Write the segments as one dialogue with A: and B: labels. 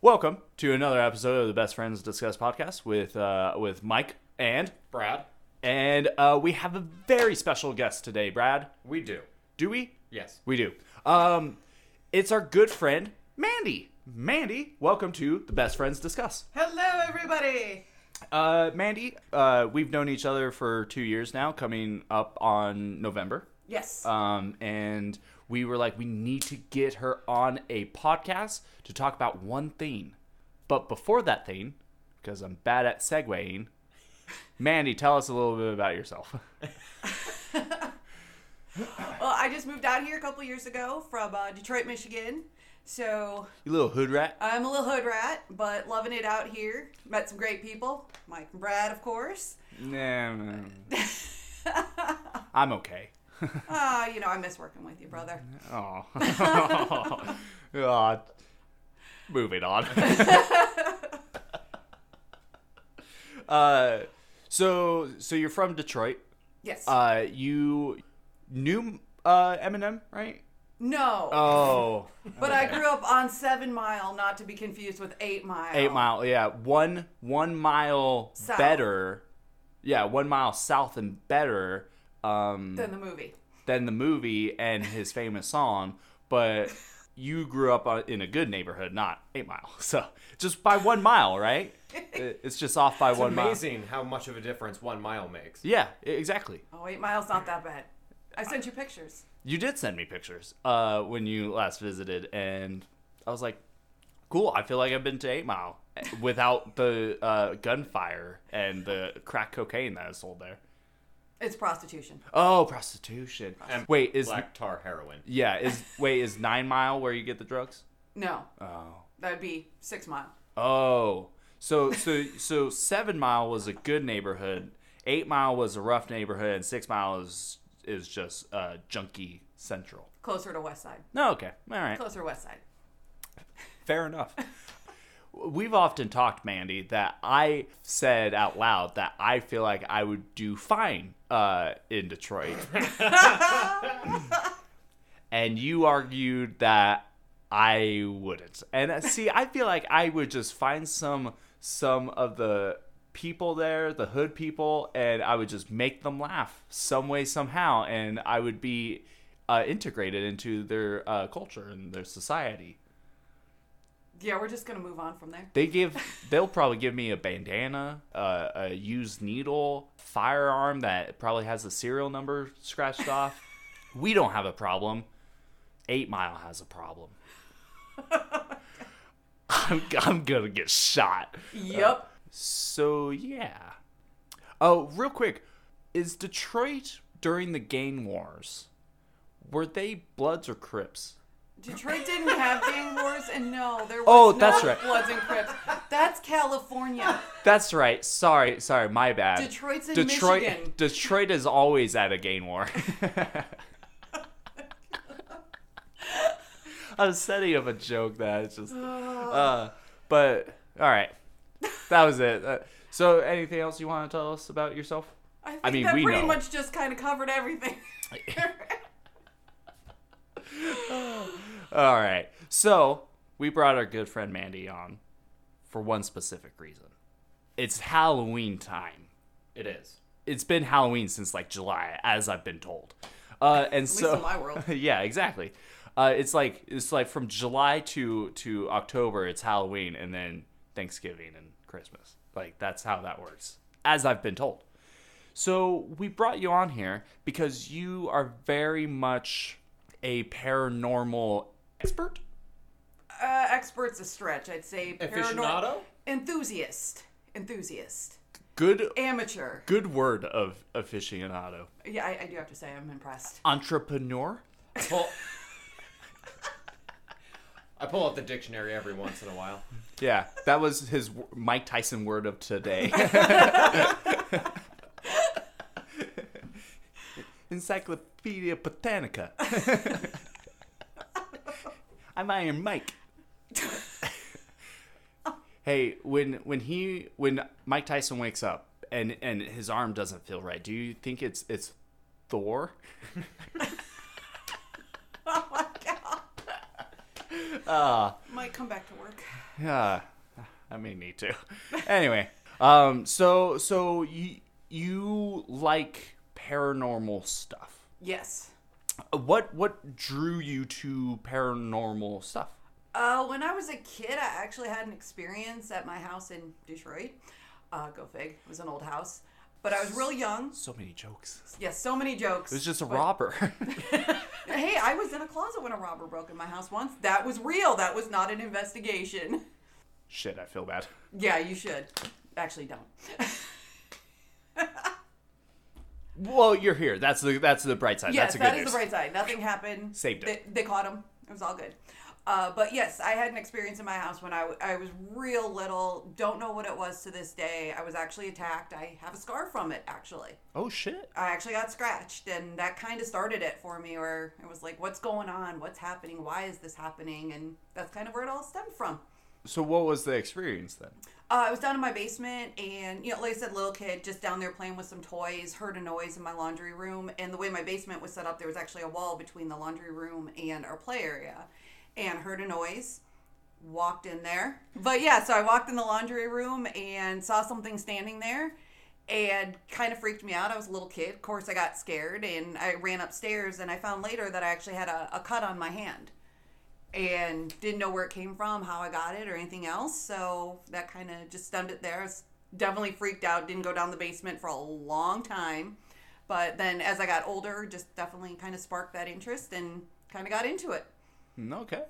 A: Welcome to another episode of the Best Friends Discuss podcast with uh, with Mike and
B: Brad,
A: and uh, we have a very special guest today. Brad,
B: we do.
A: do we?
B: Yes.
A: We do. Um, it's our good friend Mandy. Mandy, welcome to the Best Friends Discuss.
C: Hello, everybody.
A: Uh, Mandy, uh, we've known each other for two years now, coming up on November.
C: Yes.
A: Um, and we were like, we need to get her on a podcast to talk about one thing. But before that thing, because I'm bad at segueing, Mandy, tell us a little bit about yourself.
C: well, I just moved out here a couple years ago from uh, Detroit, Michigan. So
A: You little hood rat.
B: Uh,
C: I'm a little hood rat, but loving it out here. Met some great people, Mike and Brad, of course.
A: Nah, nah, nah. I'm okay.
C: Uh, you know, I miss working with you, brother.
A: Oh. Aw. Moving on. uh, so so you're from Detroit.
C: Yes.
A: Uh, you knew uh, Eminem, right?
C: no.
A: Oh,
C: but I grew up on Seven Mile, not to be confused with Eight Mile.
A: eight mile. Yeah, one one mile
C: South.
A: better. Yeah, one mile south and better um,
C: Than the movie.
A: than the movie and his famous song. But you grew up on- in a good neighborhood, not eight mile. So just by one mile, right? It- It's just off by one mile.
B: Amazing how much of a difference one mile makes.
A: Yeah, e- exactly.
C: Oh, Eight Mile's not that bad. I sent you pictures.
A: you did send me pictures uh, when you last visited, and I was like, "Cool, I feel like I've been to Eight Mile eh, without the uh, gunfire and the crack cocaine that is sold there."
C: It's prostitution.
A: Oh, prostitution!
B: And
A: wait, is
B: black tar heroin?
A: yeah, is wait, is Nine Mile where you get the drugs?
C: No,
A: Oh,
C: that'd be Six Mile.
A: oh, so so so Seven Mile was a good neighborhood, Eight Mile was a rough neighborhood, and Six Mile is is just uh, junkie central.
C: Closer to West Side.
A: No, okay, all right.
C: Closer West Side.
A: Fair enough. We've often talked, Mandy, that I said out loud that I feel like I would do fine uh, in Detroit. and you argued that I wouldn't. And uh, see, I feel like I would just find some some of the people there, the hood people, and I would just make them laugh some way somehow, and I would be uh, integrated into their uh, culture and their society.
C: Yeah, we're just gonna move on from there.
A: They give. They'll probably give me a bandana, uh, a used needle, firearm that probably has the serial number scratched off. We don't have a problem. Eight Mile has a problem. I'm, I'm gonna get shot.
C: Yep.
A: So yeah. Oh, real quick, is Detroit during the gang wars? Were they Bloods or Crips?
C: Detroit didn't have gang wars, and no, there was
A: Oh,
C: no
A: that's right.
C: Bloods and Crips. That's California.
A: That's right. Sorry, sorry, my bad.
C: Detroit's in
A: Detroit,
C: Michigan.
A: Detroit is always at a game war. I was setting up a joke that it's just, uh, but all right, that was it. Uh, so, anything else you want to tell us about yourself?
C: I, think
A: mean,
C: that
A: we
C: pretty
A: know.
C: much just kind of covered everything.
A: All right. So we brought our good friend Mandy on for one specific reason. It's Halloween time.
B: It is.
A: It's been Halloween since like July, as I've been told. Uh, and
C: least
A: so
C: in my world.
A: yeah, exactly. Uh, it's like it's like from July to to October, it's Halloween, and then Thanksgiving and Christmas. Like that's how that works, as I've been told. So we brought you on here because you are very much a paranormal expert.
C: Uh, expert's a stretch, I'd say.
B: Aficionado?
C: enthusiast, enthusiast,
A: Good
C: amateur.
A: good word of aficionado.
C: Yeah, I, I do have to say I'm impressed.
A: Entrepreneur.
B: I pull, I pull out the dictionary every once in a while.
A: Yeah, that was his w- Mike Tyson word of today. Encyclopedia Britannica. I'm Iron Mike. hey, when when he when Mike Tyson wakes up and and his arm doesn't feel right, do you think it's it's Thor?
C: Oh my god.
A: Uh,
C: Might come back to work.
A: yeah, I may need to. Anyway, um, so so you you like paranormal stuff?
C: Yes.
A: What what drew you to paranormal stuff?
C: Uh, when I was a kid, I actually had an experience at my house in Detroit. Uh, go fig. It was an old house. But I was real young.
A: So many jokes.
C: Yes, so many jokes.
A: It was just a robber.
C: Hey, I was in a closet when a robber broke in my house once. That was real. That was not an investigation.
A: Shit, I feel bad.
C: Yeah, you should. Actually, don't.
A: Well, you're here. That's the that's the bright side.
C: yes,
A: that's a good
C: that is
A: news.
C: the bright side. Nothing happened.
A: Saved it.
C: They, they caught him. It was all good. Uh, but yes, I had an experience in my house when I, w- I was real little. Don't know what it was to this day. I was actually attacked. I have a scar from it, actually.
A: oh shit.
C: I actually got scratched, and that kind of started it for me, where it was like, what's going on? What's happening? Why is this happening? And that's kind of where it all stemmed from.
A: So what was the experience then?
C: Uh, I was down in my basement, and you know, like I said, little kid, just down there playing with some toys. Heard a noise in my laundry room, and the way my basement was set up, there was actually a wall between the laundry room and our play area. And heard a noise, walked in there. But yeah, so I walked in the laundry room and saw something standing there, and kind of freaked me out. I was a little kid, of course, I got scared, and I ran upstairs, and I found later that I actually had a, a cut on my hand and didn't know where it came from, how I got it, or anything else. So that kind of just stemmed it there. I was definitely freaked out. Didn't go down the basement for a long time. But then as I got older, just definitely kind of sparked that interest and kind of got into it.
A: Hmm, Okay.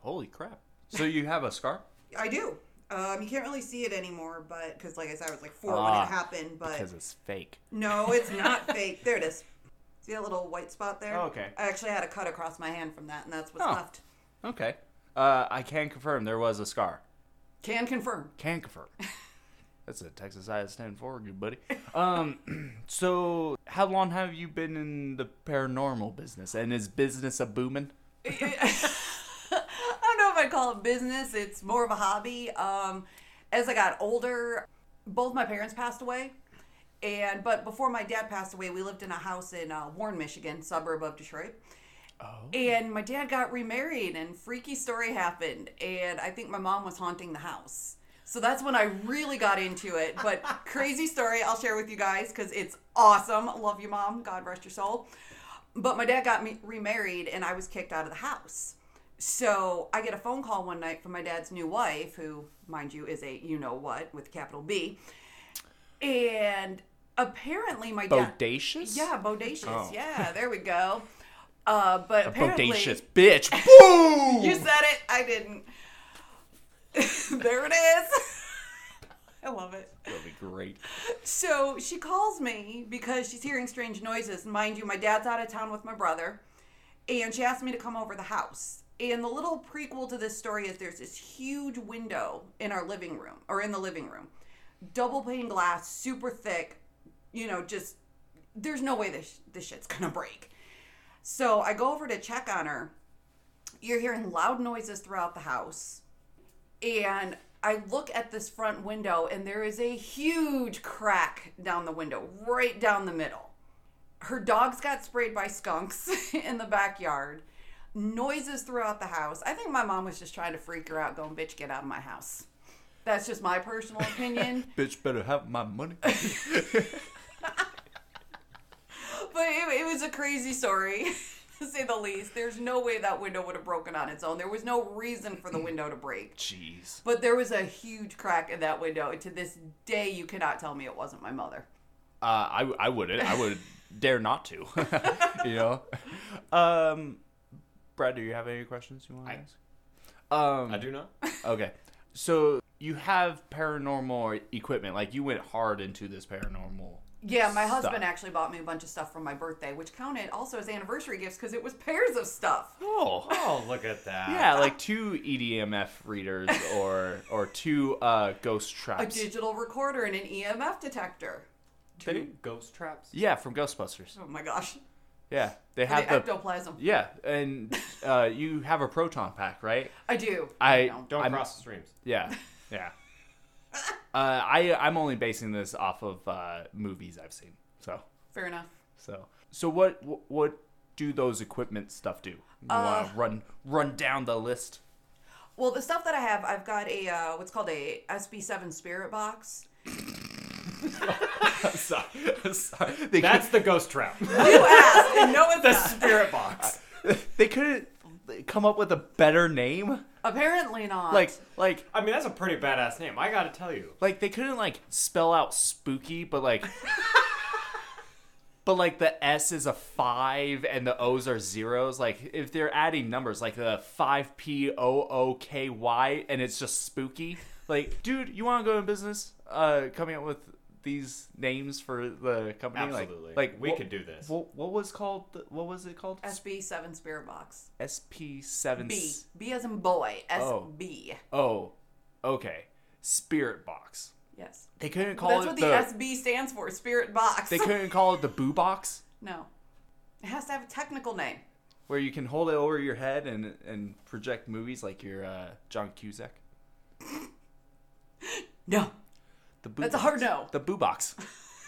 A: Holy crap. So you have a scar?
C: I do. Um, you can't really see it anymore, but because like I said, I was like four when
A: Ah,
C: it happened. But
A: Because it's fake.
C: no, it's not fake. There it is. See that little white spot there?
A: Oh, okay.
C: I actually had a cut across my hand from that, and that's what's
A: Oh.
C: left.
A: Okay. Uh, I can confirm there was a scar.
C: Can confirm.
A: Can confirm. That's a Texas IS-10 for you, buddy. Um, so how long have you been in the paranormal business? And is business a booming?
C: I don't know if I'd call it business. It's more of a hobby. Um, as I got older, both my parents passed away, and but before my dad passed away, we lived in a house in uh, Warren, Michigan, suburb of Detroit.
A: Oh.
C: And my dad got remarried, and freaky story happened, and I think my mom was haunting the house. So that's when I really got into it. But crazy story I'll share with you guys because it's awesome. Love you, mom. God rest your soul. But my dad got me remarried, and I was kicked out of the house. So I get a phone call one night from my dad's new wife, who, mind you, is a you know what with capital B. And apparently, my dad.
A: Bodacious?
C: Yeah, bodacious.
A: Oh.
C: Yeah, there we go. Uh, but apparently,
A: Bodacious bitch. Boom!
C: You said it. I didn't. there it is. I love it.
A: That'll be great.
C: So she calls me because she's hearing strange noises. And Mind you, my dad's out of town with my brother, and she asked me to come over to the house. And the little prequel to this story is there's this huge window in our living room, or in the living room, double pane glass, super thick. You know, just there's no way this this shit's gonna break. So I go over to check on her. You're hearing loud noises throughout the house and I look at this front window, and there is a huge crack down the window, right down the middle. Her dogs got sprayed by skunks in the backyard. Noises throughout the house. I think my mom was just trying to freak her out, going, "Bitch, get out of my house." That's just my personal opinion.
A: Bitch better have my money.
C: but it, it was a crazy story to say the least there's no way that window would have broken on its own there was no reason for the window to break
A: Jeez.
C: but there was a huge crack in that window and to this day you cannot tell me it wasn't my mother
A: Uh, I, I wouldn't. I would dare not to. you know? Um, Brad, do you have any questions you want to
B: I-
A: ask? Um,
B: I do not.
A: Okay. So you have paranormal equipment. Like you went hard into this paranormal.
C: yeah my
A: Stuff.
C: husband actually bought me a bunch of stuff for my birthday which counted also as anniversary gifts because it was pairs of stuff
A: Oh.
B: Oh, look at that.
A: Yeah, Uh, like two E EDMF readers or or two uh, ghost
C: a
A: traps.
C: digital recorder and an emf detector
B: Two
A: They-
B: ghost traps.
A: yeah, from Ghostbusters.
C: oh my gosh
A: Yeah, they
C: the
A: have the.
C: ectoplasm
A: Yeah, and uh, you have a proton pack, right?
C: i do
A: I
C: know.
B: Don't
A: I'm-
B: cross the streams.
A: Yeah, yeah. uh, I I'm only basing this off of uh, movies I've seen. So
C: fair enough
A: so so what what do those equipment stuff do? You
C: Uh,
A: want to run run down the list?
C: Well, the stuff that I have, I've got a uh, what's called a SB7 spirit box.
A: I'm sorry. I'm sorry. They,
B: That's the ghost trap.
C: You asked, and no one's
B: the
C: not.
B: spirit box.
A: could, they couldn't come up with a better name.
C: Apparently not.
A: Like, like,
B: I mean, that's a pretty badass name. I gotta tell you.
A: like they couldn't like spell out spooky, but like, but like the S is a five and the O's are zeros. Like if they're adding numbers, like the five P O O K Y, and it's just spooky. Like, dude, you want to go in business? Uh, coming up with these names for the company,
B: Absolutely.
A: Like, like
B: We
A: what-
B: could do this.
A: What, what was called? What was it called?
C: SB7 spirit box.
A: SP seven.
C: B. B as in boy.
A: Oh.
C: SB.
A: Oh, okay. Spirit box.
C: Yes.
A: They couldn't call
C: That's
A: it
C: what the,
A: the.
C: SB stands for, spirit box.
A: they couldn't call it the boo box,
C: no. It has to have a technical name.
A: where you can hold it over your head and and project movies like your uh, John Cusack.
C: No.
A: The boo
C: That's a hard
A: box.
C: no.
A: The boo box.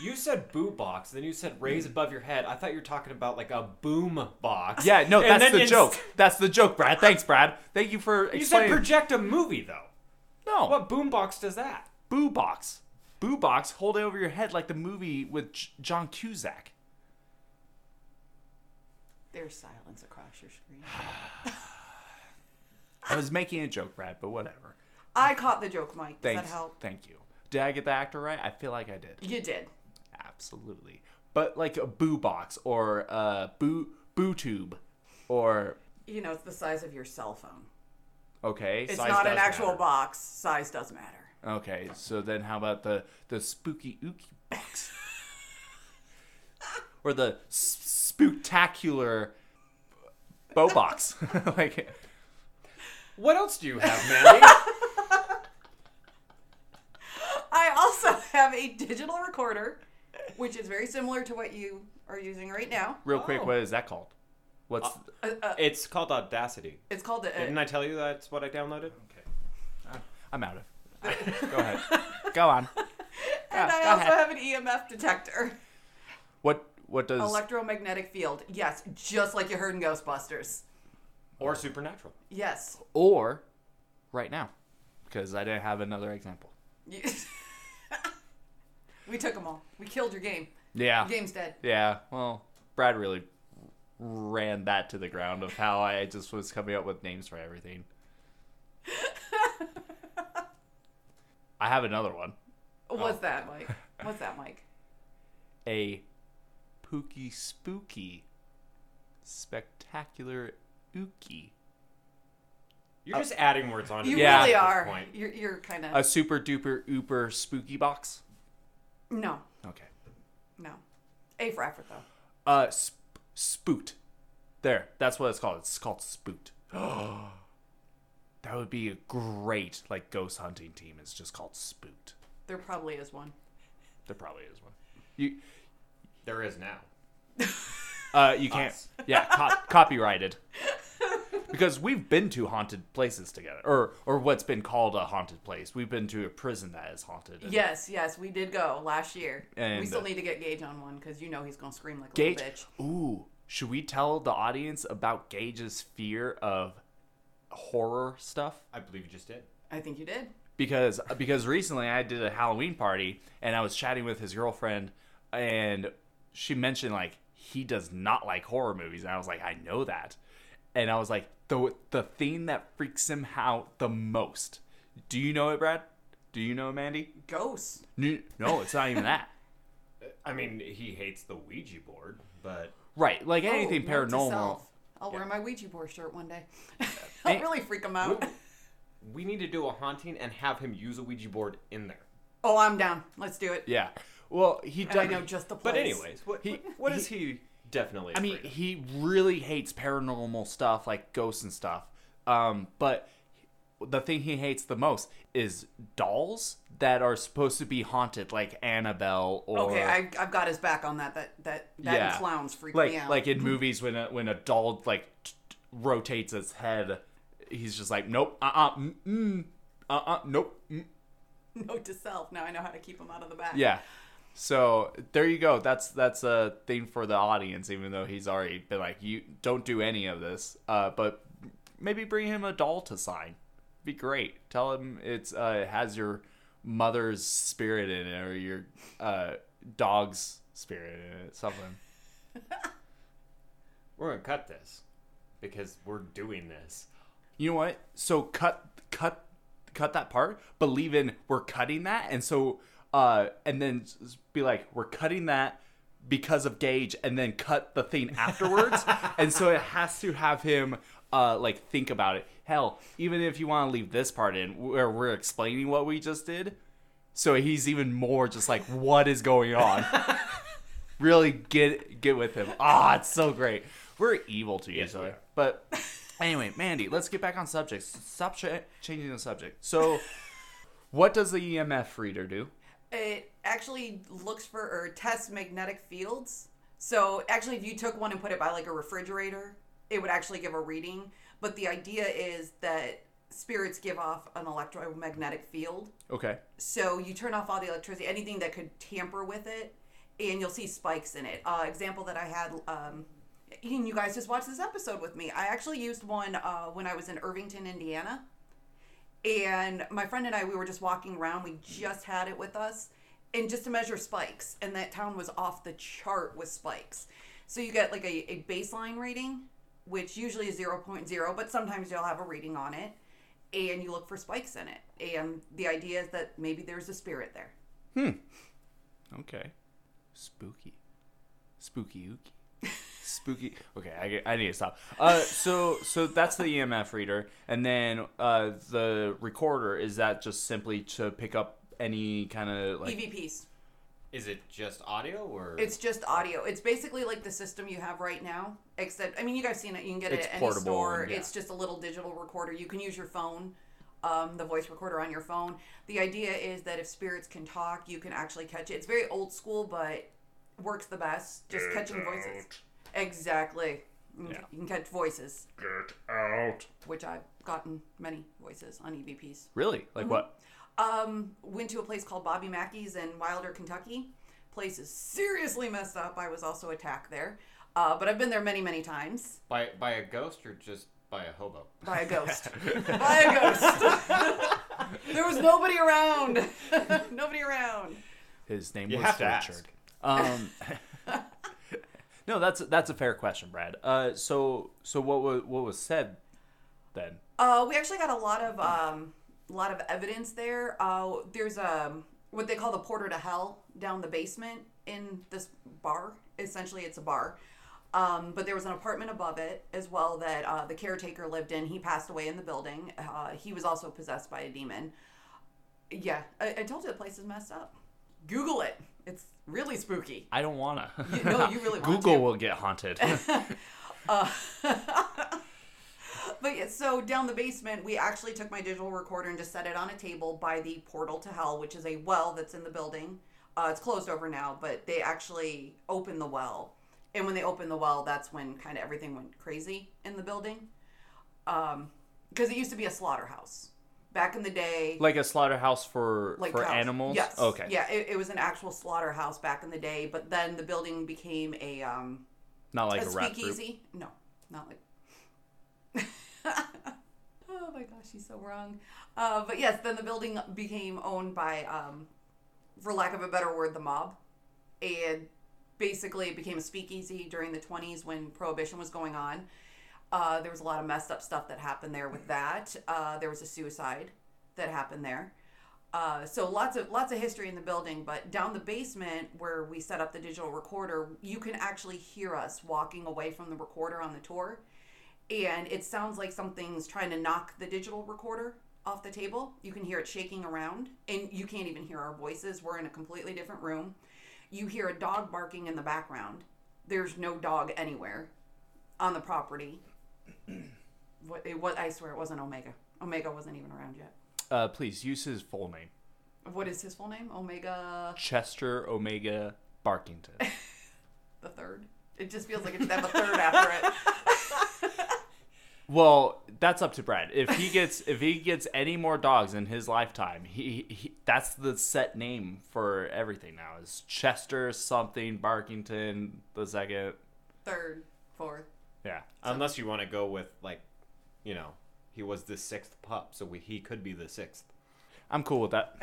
B: You said boo box, then you said raise above your head. I thought you were talking about like a boom box.
A: Yeah, no,
B: And
A: that's
B: then
A: the
B: ins-
A: joke. That's the joke, Brad. Thanks, Brad. Thank you for
B: You said
A: explaining.
B: project a movie though.
A: no,
B: What boom box does that?
A: boo box? Boo box. Hold it over your head like the movie with J- John Cusack.
C: There's silence across your screen.
A: I was making a joke, Brad, but whatever.
C: I caught the joke, Mike. Does
A: Thanks.
C: that help?
A: Thank you. Did I get the actor right? I feel like I did.
C: You did.
A: Absolutely. But like a boo box or a boo boo tube or
C: You know, it's the size of your cell phone.
A: okay.
C: It's
A: size
C: not an
A: does
C: actual
A: matter.
C: box. Size does matter.
A: Okay, so then how about the the spooky ooky box? or the s- spooktacular bow box. like
B: What else do you have, Manny?
C: I also have a digital recorder, which is very similar to what you are using right now.
A: real quick,
B: Oh.
A: what is that called? What's
C: Uh, uh,
B: It's called Audacity.
C: it's called a,
B: Didn't I tell you that's what I downloaded?
A: I'm out of. Go ahead. Go on.
C: and
A: ah,
C: I
A: go
C: also
A: ahead.
C: have an EMF detector,
A: What what does
C: electromagnetic field. Yes, just like you heard in Ghostbusters.
B: Or Supernatural.
C: Yes.
A: or right now because I didn't have another example.
C: You- we took them all. We killed your game.
A: Yeah.
C: Your game's dead.
A: Yeah, well, Brad really ran that to the ground of how I just was coming up with names for everything. I have another one. Oh.
C: What's that, Mike? What's that, Mike?
A: A pooky spooky spectacular ookie.
B: You're just adding words on.
C: You
A: Yeah.
C: really
B: at this
C: are.
B: point.
C: You're, you're kind of
A: A super duper ooper spooky box.
C: no,
A: Okay.
C: no. A for effort though.
A: Uh sp- spoot. There. That's what it's called. It's called spoot. that would be a great like ghost hunting team. It's just called spoot.
C: There probably is one.
A: There probably is one. You
B: There is now.
A: uh you can't
B: Us.
A: yeah, co- copyrighted. Because we've been to haunted places together or or what's been called a haunted place. We've been to a prison that is haunted. and
C: Yes, yes, we did go last year. we
A: And- uh,
C: still need to get Gage on one because you know he's gonna scream like a
A: Gage
C: little bitch.
A: Ooh, should we tell the audience about Gage's fear of horror stuff?
B: I believe you just did.
C: I think you did.
A: because because recently I did a Halloween party and I was chatting with his girlfriend and she mentioned like he does not like horror movies and I was like I know that and I was like the the thing that freaks him out the most do you know it Brad do you know it, Mandy
C: Ghosts.
A: N- no it's not even that
B: I mean, he hates the Ouija board, but
A: right like
C: Oh,
A: anything
C: note to
A: paranormal
C: self. I'll wear my Ouija board shirt one day. I'll
A: Hey.
C: really freak him
B: we,
C: out.
B: we need to do a haunting and have him use a Ouija board in there.
C: Oh, I'm down. Let's do it.
A: yeah well he
C: And I
A: does
C: know just the place.
B: But anyways, what
A: He-
B: what is he definitely?
A: I mean,
B: afraid of?
A: he really hates paranormal stuff like ghosts and stuff. Um, but the thing he hates the most is dolls that are supposed to be haunted, like Annabelle or
C: Okay, I, I've got his back on that. That that that and
A: Yeah.
C: clowns freak
A: like
C: me out.
A: like in movies when a, when a doll like t- t- rotates its head, he's just like, nope, uh, uh-uh, mm, mm, uh, uh, nope. Mm.
C: note to self. Now I know how to keep him out of the back.
A: Yeah. So there you go. That's that's a thing for the audience, even though he's already been like, you don't do any of this. Uh, but maybe bring him a doll to sign. be great. Tell him it's uh, it has your mother's spirit in it or your uh, dog's spirit in it, something.
B: We're gonna cut this because we're doing this.
A: You know what? So cut cut cut that part. Believe in we're cutting that, and so uh, and then s- be like we're cutting that because of Gage, and then cut the thing afterwards. and so it has to have him uh, like think about it. Hell, even if you want to leave this part in where we're explaining what we just did, so he's even more just like what is going on. really get get with him. Ah, it's so great. We're evil to each
B: we
A: other,
B: are.
A: but anyway, Mandy, let's get back on subject. Stop cha- changing the subject. So, what does the EMF reader do?
C: It actually looks for or tests magnetic fields. So actually, if you took one and put it by like a refrigerator, it would actually give a reading. But the idea is that spirits give off an electromagnetic field.
A: Okay.
C: So you turn off all the electricity, anything that could tamper with it, and you'll see spikes in it. Uh, example that I had, um, and you guys just watched this episode with me. I actually used one uh, when I was in Irvington, Indiana, and my friend and I we were just walking around. We just had it with us, and just to measure spikes, and that town was off the chart with spikes. So you get like a, a baseline reading, which usually is 0.0, but sometimes you'll have a reading on it and you look for spikes in it. And the idea is that maybe there's a spirit there.
A: Okay. Spooky. Spooky ooky. Spooky. Okay, I, get- I need to stop. Uh, so so that's the EMF reader, and then uh, the recorder is that just simply to pick up any kind of like
C: EVPs.
B: Is it just audio or
C: It's just audio. It's basically like the system you have right now, except I mean, you guys seen it. You can get it
A: It's
C: at any
A: portable
C: store.
A: and- yeah.
C: It's just a little digital recorder. You can use your phone, um, the voice recorder on your phone. The idea is that if spirits can talk, you can actually catch it. It's very old school, but works the best. Just catching voices. Exactly. You can- You can catch voices,
A: get out.
C: which I've gotten many voices on E EVPs.
A: Really? Like
C: Mm-hmm.
A: what?
C: um, went to a place called Bobby Mackey's in Wilder, Kentucky. Place is seriously messed up. I was also attacked there, uh, but I've been there many, many times
B: by by a ghost or just by a hobo?
C: by a ghost. by a ghost. there was nobody around. nobody around.
A: His name
B: You
A: was
B: have to
A: Richard.
B: ask.
A: Um, no, that's that's a fair question, Brad. Uh, so so what was what was said then?
C: Uh, we actually got a lot of um, a lot of evidence there. Uh, there's um what they call the porter to hell down the basement in this bar. Essentially, it's a bar. Um, but there was an apartment above it as well that uh, the caretaker lived in. He passed away in the building. Uh, he was also possessed by a demon. Yeah, I, I told you the place is messed up. Google it. It's really spooky.
A: I don't wanna.
C: You- no, you really want
A: Google
C: to.
A: will get haunted.
C: But yeah, so down the basement, we actually took my digital recorder and just set it on a table by the portal to hell, which is a well that's in the building. Uh, it's closed over now, but they actually open the well. And when they open the well, that's when kind of everything went crazy in the building. Because it used to be a slaughterhouse. Back in the day,
A: like a slaughterhouse for
C: like
A: for
C: cows.
A: animals.
C: Yes.
A: Okay.
C: Yeah, it, it was an actual slaughterhouse back in the day, but then the building became a um,
A: Not like a,
C: a
A: rap group.
C: speakeasy? No, not like. oh my gosh, he's so wrong. Uh, but yes, then the building became owned by, um, for lack of a better word, the mob, and basically it became a speakeasy during the 20s when prohibition was going on. Uh, there was a lot of messed up stuff that happened there with that. Uh, there was a suicide that happened there. Uh, so lots of lots of history in the building, but down the basement where we set up the digital recorder, you can actually hear us walking away from the recorder on the tour, and it sounds like something's trying to knock the digital recorder off the table. You can hear it shaking around, and you can't even hear our voices. We're in a completely different room. You hear a dog barking in the background. There's no dog anywhere on the property. what it was? I swear it wasn't Omega. Omega wasn't even around yet.
A: Uh, please use his full name,
C: What is his full name? Omega
A: Chester Omega Barkington.
C: the third. It just feels like it should have a third after it.
A: well, that's up to Brad. If he gets if he gets any more dogs in his lifetime, he, he that's the set name for everything now. Is Chester something Barkington the second?
C: Third, fourth.
A: Yeah.
B: Unless you want to go with like, you know, He was the sixth pup, so we, he could be the sixth.
A: I'm cool with that.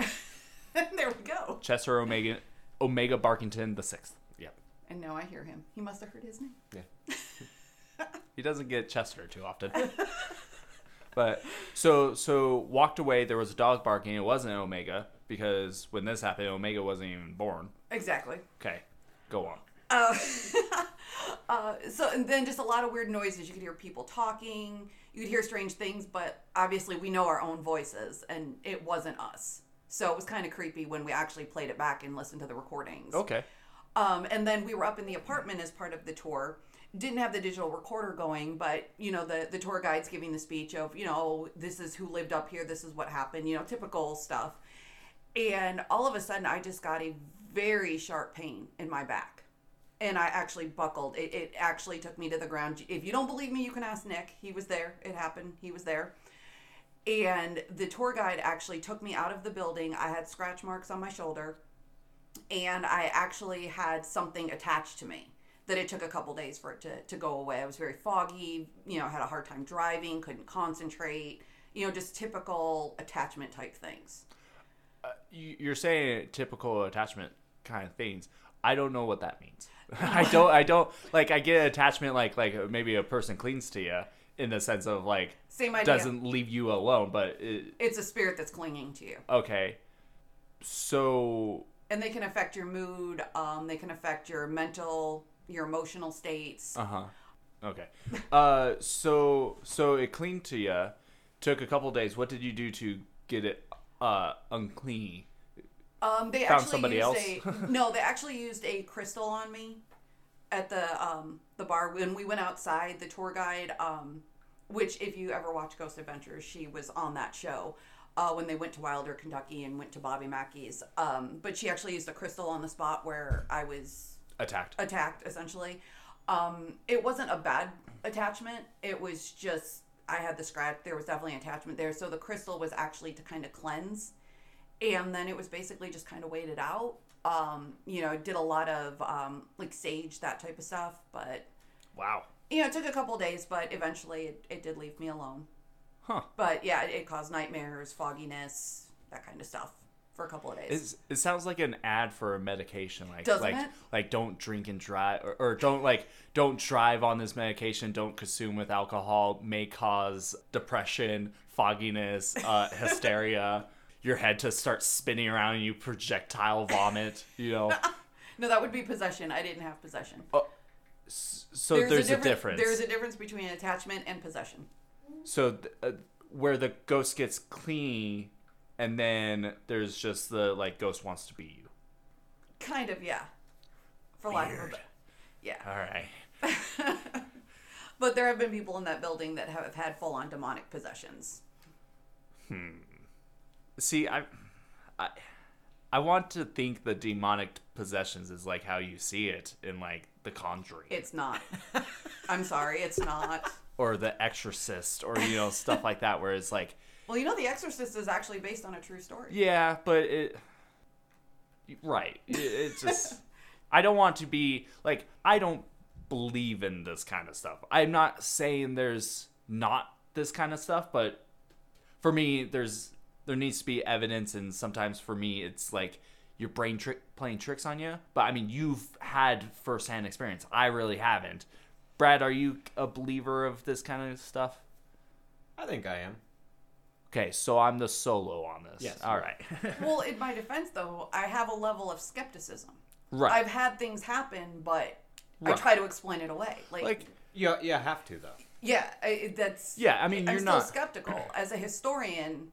C: there we go.
A: Chester Omega, Omega Barkington the sixth.
B: Yep.
C: And now I hear him. He must have heard his name.
B: Yeah.
A: He doesn't get Chester too often. but so so walked away. There was a dog barking. It wasn't Omega because when this happened, Omega wasn't even born.
C: Exactly.
A: Okay, go on.
C: Uh, uh, so and then just a lot of weird noises. You could hear people talking. You could hear strange things, but obviously we know our own voices, and it wasn't us. So it was kind of creepy when we actually played it back and listened to the recordings.
A: Okay.
C: Um, and then we were up in the apartment as part of the tour. Didn't have the digital recorder going, but you know the the tour guide's giving the speech of you know this is who lived up here, this is what happened, you know typical stuff. And all of a sudden, I just got a very sharp pain in my back, and I actually buckled. It, it actually took me to the ground. If you don't believe me, you can ask Nick. He was there. It happened. He was there. And the tour guide actually took me out of the building. I had scratch marks on my shoulder and I actually had something attached to me that it took a couple days for it to, to go away. I was very foggy, you know, had a hard time driving, couldn't concentrate, you know, just typical attachment type things.
A: You- You're saying typical attachment kind of things. I don't know what that means. I don't. I don't like. I get attachment like like maybe a person clings to you in the sense of like
C: Same idea.
A: doesn't leave you alone. But it,
C: It's a spirit that's clinging to you.
A: okay, so
C: And they can affect your mood, um, they can affect your mental, your emotional states.
A: Uh huh. Okay. Uh, so so it cleaned to you. Took a couple days. What did you do to get it uh unclean?
C: Um, they
A: Found
C: actually
A: somebody
C: used a no. They actually used a crystal on me at the um, the bar when we went outside. The tour guide, um, which if you ever watch Ghost Adventures, she was on that show uh, when they went to Wilder, Kentucky, and went to Bobby Mackey's. Um, but she actually used a crystal on the spot where I was
A: Attacked.
C: attacked. Essentially, um, it wasn't a bad attachment. It was just I had the scratch. There was definitely an attachment there. So the crystal was actually to kind of cleanse and then it was basically just kind of waited out. Um, you know, did a lot of um, like sage that type of stuff, but
A: Wow.
C: you know, it took a couple days, but eventually it, it did leave me alone.
A: Huh.
C: But yeah, it, it caused nightmares, fogginess, that kind of stuff for a couple of days.
A: It's, it sounds like an ad for a medication, like
C: Doesn't
A: like
C: it?
A: like don't drink and drive, or, or don't like don't drive on this medication. Don't consume with alcohol. May cause depression, fogginess, uh, hysteria. Your head to start spinning around and you projectile vomit. You know.
C: no, that would be possession. I didn't have possession.
A: So there's, a, difference.
C: There's a difference between attachment and possession.
A: so th- uh, where the ghost gets clean and then there's just the like ghost wants to be you
C: Kind of, yeah. For lack of a
A: Weird.
C: better. Yeah.
A: all right
C: But there have been people in that building that have had full on demonic possessions.
A: see i i i want to think the demonic possessions is like how you see it in like the conjuring
C: It's not. I'm sorry, it's not.
A: or the exorcist or you know stuff like that where it's like
C: Well, you know, The Exorcist is actually based on a true story.
A: Yeah, but it. Right. It, it's just. I don't want to be. Like, I don't believe in this kind of stuff. I'm not saying there's not this kind of stuff, but for me, there's. There needs to be evidence, and sometimes for me, it's like your brain trick playing tricks on you. But I mean, you've had firsthand experience. I really haven't. Brad, are you a believer of this kind of stuff?
B: I think I am.
A: Okay, so I'm the solo on this.
B: Yes.
A: All right.
C: Well, in my defense, though, I have a level of skepticism.
A: right.
C: I've had things happen, but I
A: Right.
C: try to explain it away. Like,
A: like,
B: Yeah, yeah, have to though.
C: yeah, I, that's.
A: Yeah, I mean,
C: I'm
A: you're
C: still
A: not-
C: skeptical. As a historian,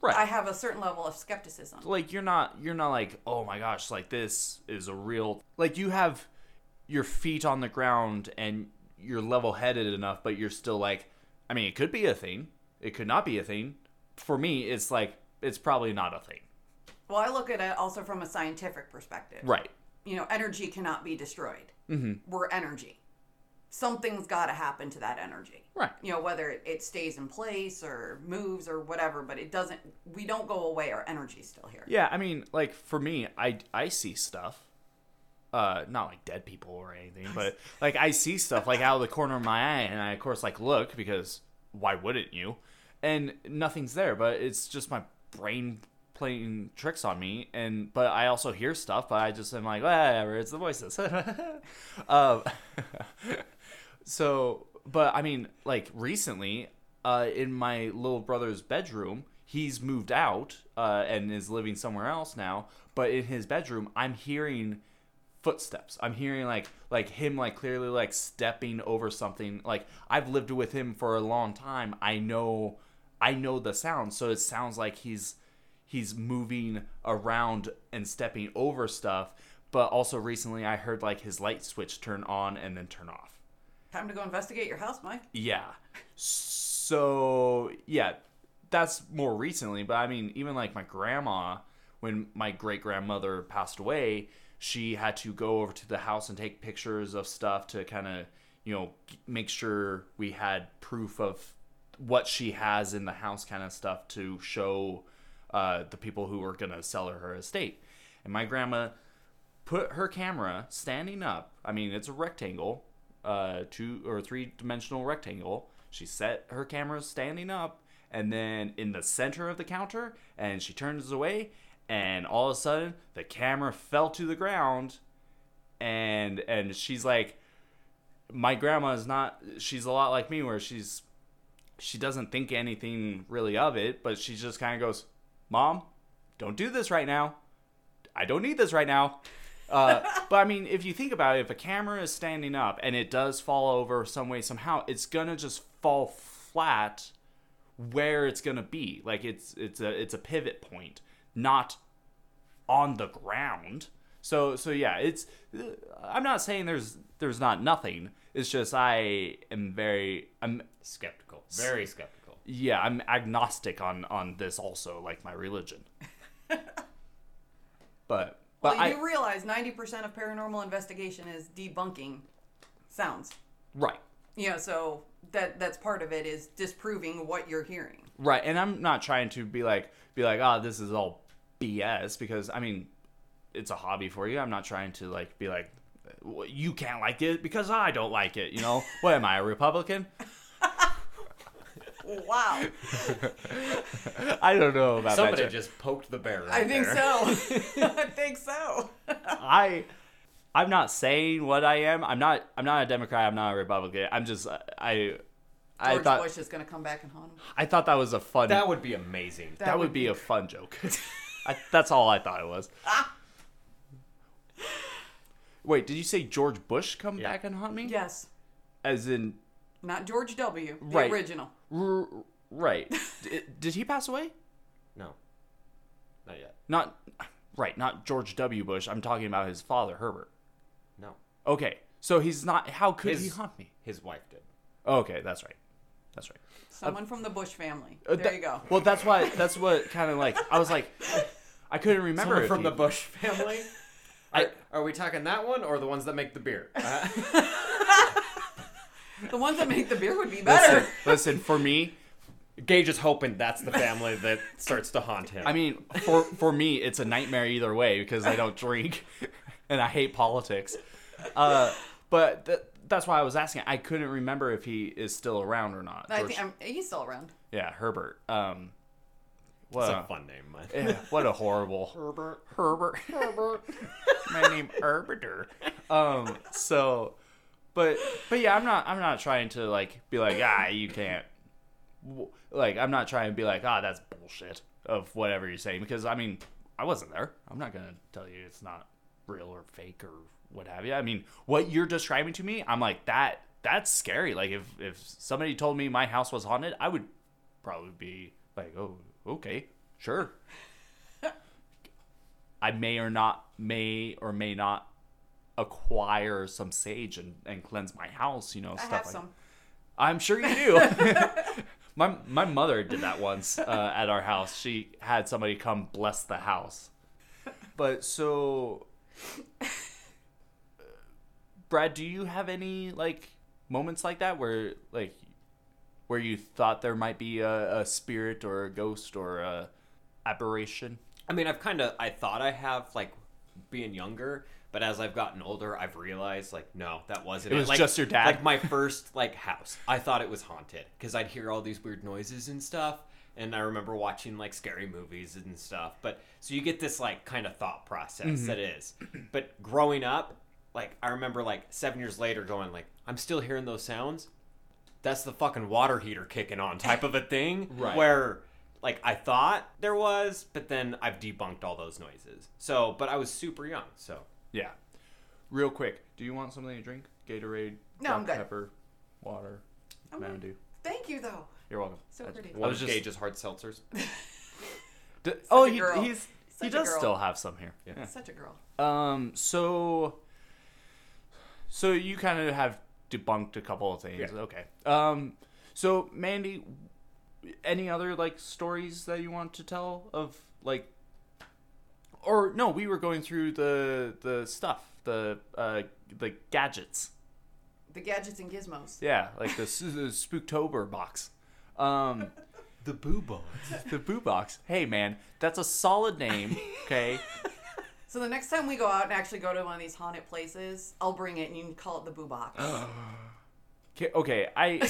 A: right.
C: I have a certain level of skepticism.
A: like you're not you're not like oh my gosh like this is a real like you have your feet on the ground and you're level-headed enough but you're still like i mean it could be a thing it could not be a thing for me it's like it's probably not a thing
C: Well, I look at it also from a scientific perspective.
A: right
C: You know, energy cannot be destroyed. Mm-hmm. We're energy. Something's got to happen to that energy.
A: right
C: you know whether it, it stays in place or moves or whatever but it doesn't we don't go away our energy's still here
A: yeah i mean like for me i i see stuff uh not like dead people or anything but like i see stuff like out of the corner of my eye and i of course like look because why wouldn't you and nothing's there, but it's just my brain playing tricks on me. And but I also hear stuff, but I just am like whatever. It's the voices. um, so, but I mean, like recently, uh, in my little brother's bedroom, he's moved out uh, and is living somewhere else now. But in his bedroom, I'm hearing footsteps. I'm hearing like like him like clearly like stepping over something. Like I've lived with him for a long time. I know I know the sound. So it sounds like he's he's moving around and stepping over stuff. But also recently I heard like his light switch turn on and then turn off.
C: Time to go investigate your house, Mike.
A: Yeah. So yeah, that's more recently, but I mean, even like my grandma, when my great grandmother passed away, she had to go over to the house and take pictures of stuff to kind of, you know, g- make sure we had proof of what she has in the house, kind of stuff to show uh, the people who were gonna sell her her estate. And my grandma put her camera standing up. I mean, it's a rectangle, uh, two or three dimensional rectangle. She set her camera standing up and then in the center of the counter, and she turns away, and all of a sudden the camera fell to the ground, and and she's like, my grandma is not. She's a lot like me, where she's she doesn't think anything really of it, but she just kind of goes, "Mom, don't do this right now. I don't need this right now." Uh, but I mean, if you think about it, if a camera is standing up and it does fall over some way somehow, it's gonna just fall flat where it's gonna be. Like it's it's a it's a pivot point, not on the ground. So so yeah, it's I'm not saying there's there's not nothing. It's just I am very I'm
B: Skeptical. Very skeptical.
A: yeah I'm agnostic on on this also like my religion. but but
C: well,
A: I
C: you realize 90% of paranormal investigation is debunking sounds.
A: right
C: You know, so that that's part of it is disproving what you're hearing.
A: right and I'm not trying to be like be like ah this is all BS because I mean it's a hobby for you. I'm not trying to like be like "Well, you can't like it because I don't like it. You know what am I a Republican?
C: Wow.
A: I don't know about
B: Somebody
A: that. joke.
B: just poked the bear.
C: I
B: right
C: think
B: there.
C: so. I think so.
A: I I'm not saying what I am. I'm not I'm not a Democrat. I'm not a Republican. I'm just I I
C: George
A: thought
C: Bush is going to come back and haunt him.
A: I thought that was a fun
B: That would be amazing.
A: that, would be, a fun joke. I, that's all I thought it was. Wait, did you say George Bush come
B: Yeah.
A: back and haunt me?
C: Yes.
A: As in
C: Not George W. The
A: Right. Uh,
C: original.
A: r- right. D- did he pass away?
B: No. Not yet.
A: Not right, not George W. Bush. I'm talking about his father, Herbert.
B: No.
A: Okay. So he's not how could he
B: His-
A: haunt me?
B: His wife did.
A: Okay, that's right. That's right.
C: Someone from the Bush family.
A: Uh,
C: There
A: that-
C: you go.
A: Well, that's why. That's what kind of like I was like, I couldn't remember
B: Someone
A: if
B: from
A: he-
B: the Bush family.
A: I-
B: Are, are we talking that one or the ones that make the beer? Uh,
C: The ones that make the beer would be
A: Listen,
C: better.
A: listen, for me,
B: Gage is hoping that's the family that starts to haunt him.
A: I mean, for for me, it's a nightmare either way because I don't drink, and I hate politics. Uh, but th- that's why I was asking. I couldn't remember if he is still around or not.
C: I
A: George-
C: think I'm, he's still around.
A: yeah, Herbert. Um,
B: it's
A: what
B: a fun name, man.
A: eh, what a horrible
B: Herbert.
A: Herbert. Herbert. My name Herbiter. Um. So, but but yeah, I'm not I'm not trying to like be like ah you can't. W- Like I'm not trying to be like ah that's bullshit of whatever you're saying because I mean I wasn't there. I'm not gonna tell you it's not real or fake or what have you. I mean what you're describing to me, I'm like that that's scary. Like if if somebody told me my house was haunted, I would probably be like oh okay sure I may or not may or may not acquire some sage and, and cleanse my house, you know,
C: I
A: stuff
C: have
A: like
C: some.
A: I'm sure you do. my my mother did that once uh, at our house. She had somebody come bless the house. But so Brad, do you have any like moments like that where like where you thought there might be a, a spirit or a ghost or a aberration?
B: I mean, I've kind of I thought I have like being younger, But as I've gotten older, I've realized like no, that wasn't
A: It
B: it.
A: was
B: Like-
A: just your dad.
B: Like my first like house, I thought it was haunted because I'd hear all these weird noises and stuff. And I remember watching like scary movies and stuff. But so you get this like kind of thought process
A: Mm-hmm.
B: that is. But growing up, like I remember like seven years later going like I'm still hearing those sounds that's the fucking water heater kicking on type of a thing
A: Right.
B: where like I thought there was, but then I've debunked all those noises. So, but I was super young, so
A: Yeah. Real quick, do you want something to drink? Gatorade,
C: No,
A: Dr.
C: I'm good.
A: Pepper, water,
C: I'm
A: Mountain
C: good.
A: Dew.
C: Thank you, though.
A: You're welcome.
C: So pretty.
A: I
B: one
A: was just.
B: gauge is hard seltzers.
A: D- oh,
C: a
A: he,
C: girl.
A: he's he
C: Such a
A: does
C: girl.
A: still have some here.
B: Yeah.
C: Such a girl.
A: Um. So. So you kind of have debunked a couple of things.
B: Yeah.
A: Okay. Um. So Mandy, any other like stories that you want to tell of like, or no, we were going through the the stuff, the uh the gadgets.
C: The gadgets and gizmos.
A: Yeah, like the, s- the Spooktober box. Um.
B: The boo box.
A: the Boo Box. Hey, man, that's a solid name. Okay.
C: So the next time we go out and actually go to one of these haunted places, I'll bring it and you can call it the boo box. Oh
A: Okay. okay, I.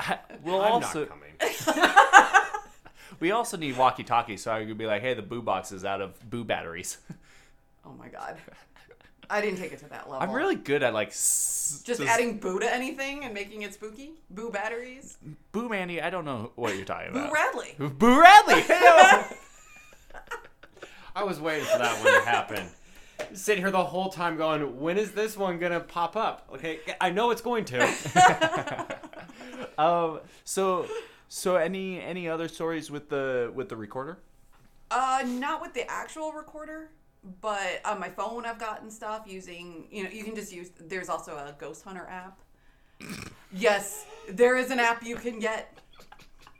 A: I we'll
B: I'm
A: also
B: not coming.
A: we also need walkie talkie, so I could be like, "Hey, the Boo Box is out of Boo batteries."
C: oh my god. I didn't take it to that level.
A: I'm really good at like s-
C: just adding boo to anything and making it spooky. Boo batteries.
A: Boo Mandy. I don't know what you're talking
C: Boo
A: about.
C: Radley.
A: Boo Radley. Hey-o!
B: I was waiting for that one to happen. Sitting here the whole time going, when is this one gonna pop up? Okay, I know it's going to.
A: um. So, so any any other stories with the with the recorder?
C: Uh, not with the actual recorder, but on my phone, I've gotten stuff using. You know, you can just use. There's also a Ghost Hunter app. yes, there is an app you can get.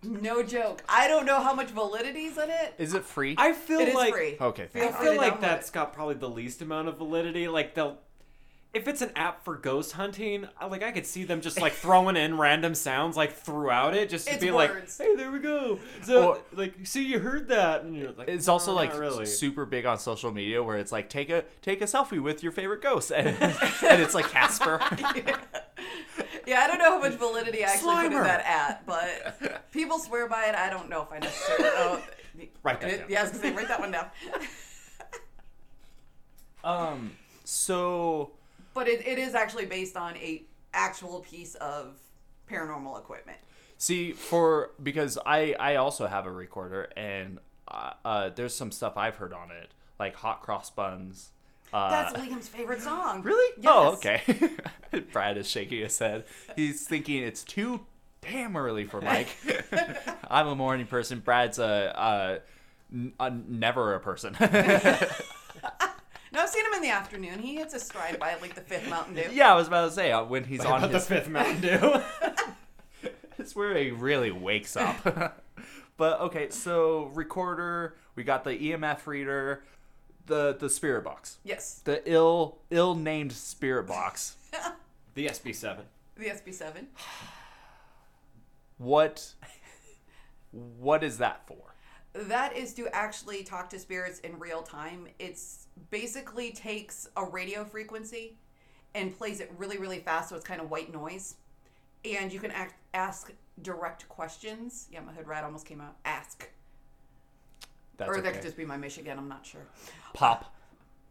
C: No joke. I don't know how much validity's in it.
A: Is it free?
B: I feel
C: It is
B: like
C: free.
A: okay.
B: I
A: Thank
C: Feel
A: God.
C: free
B: feel
C: to
B: like
C: download
B: that's got probably the least amount of validity. Like they'll, if it's an app for ghost hunting, I, like I could see them just like throwing in random sounds like throughout it, just to
C: It's
B: be
C: words.
B: like, "Hey, there we go." So
A: Or-
B: like, see, you heard that, and you're like,
A: It's also
B: "No,
A: like
B: not really.
A: super big on social media where it's like take a take a selfie with your favorite ghost and, and it's like Casper.
C: Yeah, I don't know how much validity I actually put in
B: Slimer.
C: that at, but people swear by it. I don't know if I necessarily. Know.
B: Write that
C: It-
B: down.
C: Yeah, I was gonna say write that one down.
A: um so
C: but it, it is actually based on a actual piece of paranormal equipment.
A: see for because I I also have a recorder and uh, uh there's some stuff I've heard on it like hot cross buns. Uh,
C: That's Liam's favorite song.
A: really?
C: Yes.
A: Oh, okay. Brad is shaking his head. He's thinking it's too damn early for Mike. I'm a morning person. Brad's a, uh n- a never a person.
C: No, I've seen him in the afternoon. He hits a stride by like the fifth Mountain Dew.
A: Yeah, I was about to say uh, when he's on
B: About
A: his,
B: the fifth Mountain Dew.
A: it's where he really wakes up. but okay, so recorder, we got the EMF reader, the the spirit box,
C: Yes,
A: the ill ill named spirit box.
B: the SB7.
C: the SB7.
A: What what is that for?
C: That is to actually talk to spirits in real time. It's basically takes a radio frequency and plays it really, really fast, so it's kind of white noise. And you can act, ask direct questions. Yeah, my hood rat almost came out. Ask.
A: That's
C: or
A: okay.
C: that could just be my Michigan. I'm not sure.
A: pop.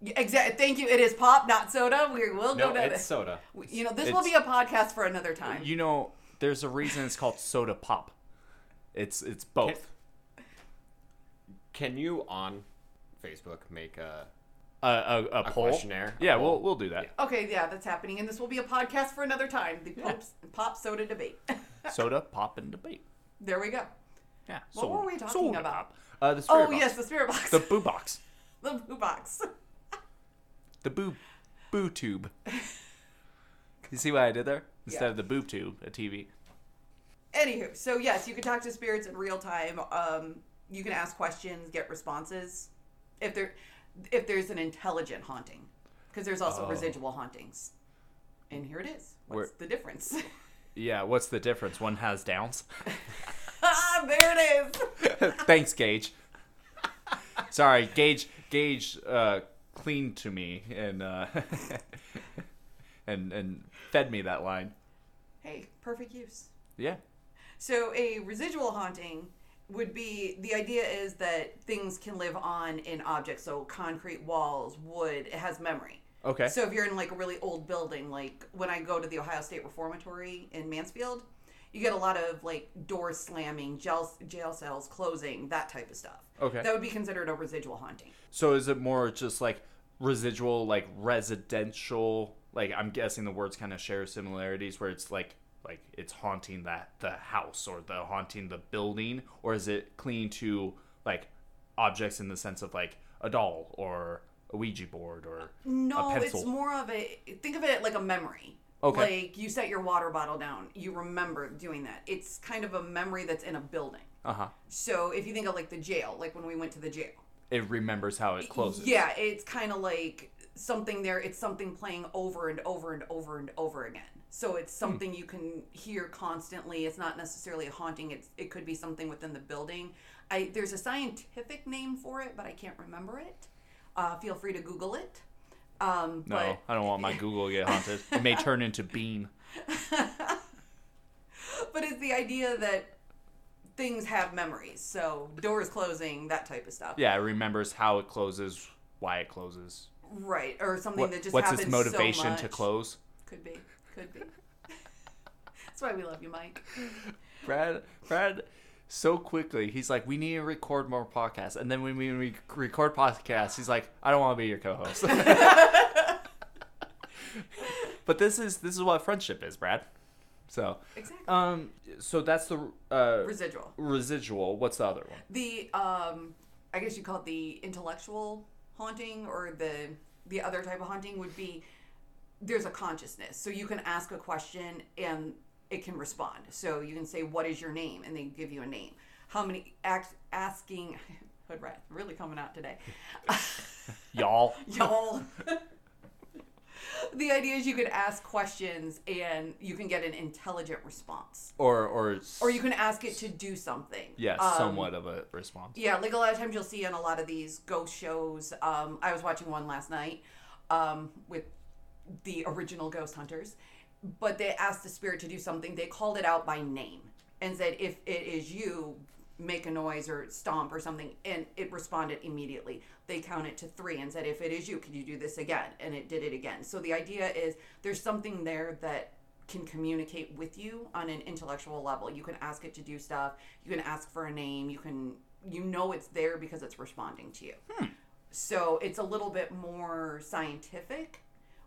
C: Exactly. Thank you. It is pop, not soda. We will
B: No,
C: go to
B: it's soda.
C: You know, this will
A: it's-
C: be a podcast for another time.
A: You know, there's a reason it's called soda pop. It's it's both.
B: Can you on Facebook make a
A: A, a, a, poll.
B: questionnaire, a
A: Yeah,
B: poll.
A: we'll we'll do that.
C: Okay, yeah, that's happening, and this will be a podcast for another time. The Pope's, pop soda debate.
A: Soda pop and debate.
C: there we go.
A: Yeah.
C: What were we talking
A: soda
C: about?
A: pop. Uh, the spirit
C: Oh
A: box.
C: yes, the spirit box,
A: The
C: the,
A: boo box.
C: blue box.
A: The boob, boo tube. You see what I did there? Instead
C: Yeah.
A: of the boob tube, a TV.
C: Anywho, so yes, you can talk to spirits in real time. Um, you can ask questions, get responses. If there, if there's an intelligent haunting, because there's also residual hauntings. And here it is. What's
A: Oh. Where-
C: the difference?
A: Yeah, what's the difference? One has downs.
C: ah, there it is.
A: Thanks, Gage. Sorry, Gage. Gage uh, clean to me and uh, and and fed me that line.
C: Hey, perfect use.
A: Yeah.
C: So a residual haunting would be the idea is that things can live on in objects. So concrete walls, wood, it has memory.
A: Okay.
C: So if you're in like a really old building, like when I go to the Ohio State Reformatory in Mansfield, you get a lot of like doors slamming, jail, jail cells closing, that type of stuff.
A: Okay.
C: That would be considered a residual haunting.
A: so is it more just like residual, like residential? Like I'm guessing the words kind of share similarities, where it's like like it's haunting that the house or the haunting the building, or is it clean to like objects in the sense of like a doll or a Ouija board or
C: No,
A: a pencil?
C: it's more of a think of it like a memory.
A: Okay.
C: Like you set your water bottle down, you remember doing that. It's kind of a memory that's in a building.
A: uh huh.
C: So if you think of like the jail, like when we went to the jail.
A: It remembers how it closes.
C: Yeah, it's kind of like something there. It's something playing over and over and over and over again. So
A: Hmm.
C: it's something you can hear constantly. It's not necessarily a haunting. It's it could be something within the building. I there's a scientific name for it, but I can't remember it. Uh, feel free to Google it. Um,
A: No,
C: but
A: I don't want my Google to get haunted. It may turn into Bean.
C: but it's the idea that things have memories. So doors closing, that type of stuff.
A: Yeah, it remembers how it closes, why it closes.
C: Right, or something
A: What,
C: that just
A: what's
C: happens
A: its motivation
C: so much.
A: to close?
C: Could be, could be. That's why we love you, Mike.
A: Brad, Brad, so quickly, he's like, we need to record more podcasts. And then when we re- record podcasts, he's like, I don't want to be your co-host. but this is this is what friendship is, Brad. So,
C: Exactly.
A: um, so that's the uh,
C: Uh, Residual.
A: residual. What's the other one?
C: The um, I guess you call it the intellectual haunting, or the the other type of haunting would be there's a consciousness. So you can ask a question and it can respond. So you can say, "What is your name?" and they give you a name. How many act, asking? Hood rat really coming out today.
A: Y'all.
C: y'all. the idea is you could ask questions and you can get an intelligent response,
A: Or or
C: or you can ask it to do something.
A: yeah,
C: Um,
A: somewhat of a response.
C: Yeah, like a lot of times you'll see on a lot of these ghost shows. Um, I was watching one last night um, with the original Ghost Hunters, but they asked the spirit to do something. They called it out by name and said, if it is you, make a noise or stomp or something. And it responded immediately. They counted to three and said, if it is you, can you do this again? And it did it again. So the idea is there's something there that can communicate with you on an intellectual level. You can ask it to do stuff. You can ask for a name. You can you know it's there because it's responding to you. So it's a little bit more scientific.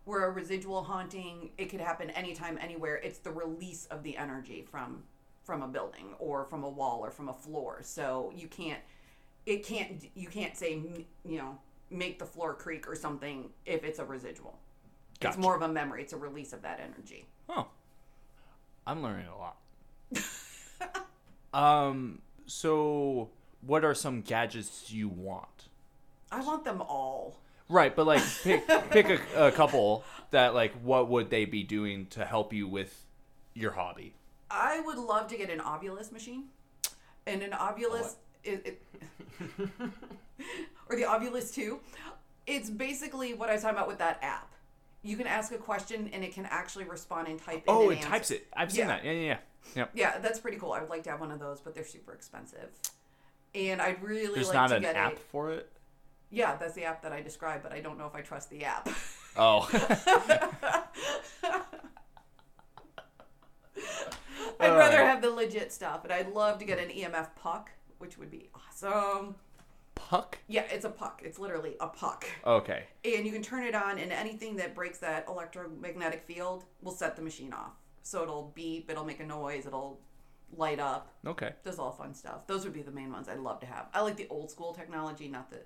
C: Where a residual haunting, it could happen anytime, anywhere. It's the release of the energy from from a building or from a wall or from a floor. So you can't it can't you can't say m- you know make the floor creak or something if it's a residual.
A: Gotcha.
C: It's more of a memory. It's a release of that energy.
A: Oh, I'm learning a lot. um, so what are some gadgets you want?
C: I want them all.
A: Right, but like pick pick a, a couple that like what would they be doing to help you with your hobby?
C: I would love to get an ovulus machine, and an
A: Oh,
C: ovulus it, it, or the ovulus two. It's basically what I was talking about with that app. You can ask a question and it can actually respond and type.
A: Oh,
C: in
A: it
C: an
A: types
C: answer.
A: it. I've seen
C: Yeah.
A: that. Yeah, yeah, yeah. Yep.
C: Yeah, that's pretty cool. I would like to have one of those, but they're super expensive. And I'd really
A: There's
C: like
A: not
C: to
A: an
C: get
A: app
C: A,
A: for it.
C: yeah, that's the app that I described, but I don't know if I trust the app.
A: Oh,
C: I'd
A: All
C: rather
A: right.
C: have the legit stuff, and I'd love to get an EMF puck, which would be awesome.
A: puck.
C: Yeah, it's a puck. It's literally a puck.
A: Okay.
C: And you can turn it on, and anything that breaks that electromagnetic field will set the machine off. So it'll beep, it'll make a noise, it'll light up.
A: Okay.
C: Does all fun stuff. Those would be the main ones I'd love to have. I like the old school technology, not the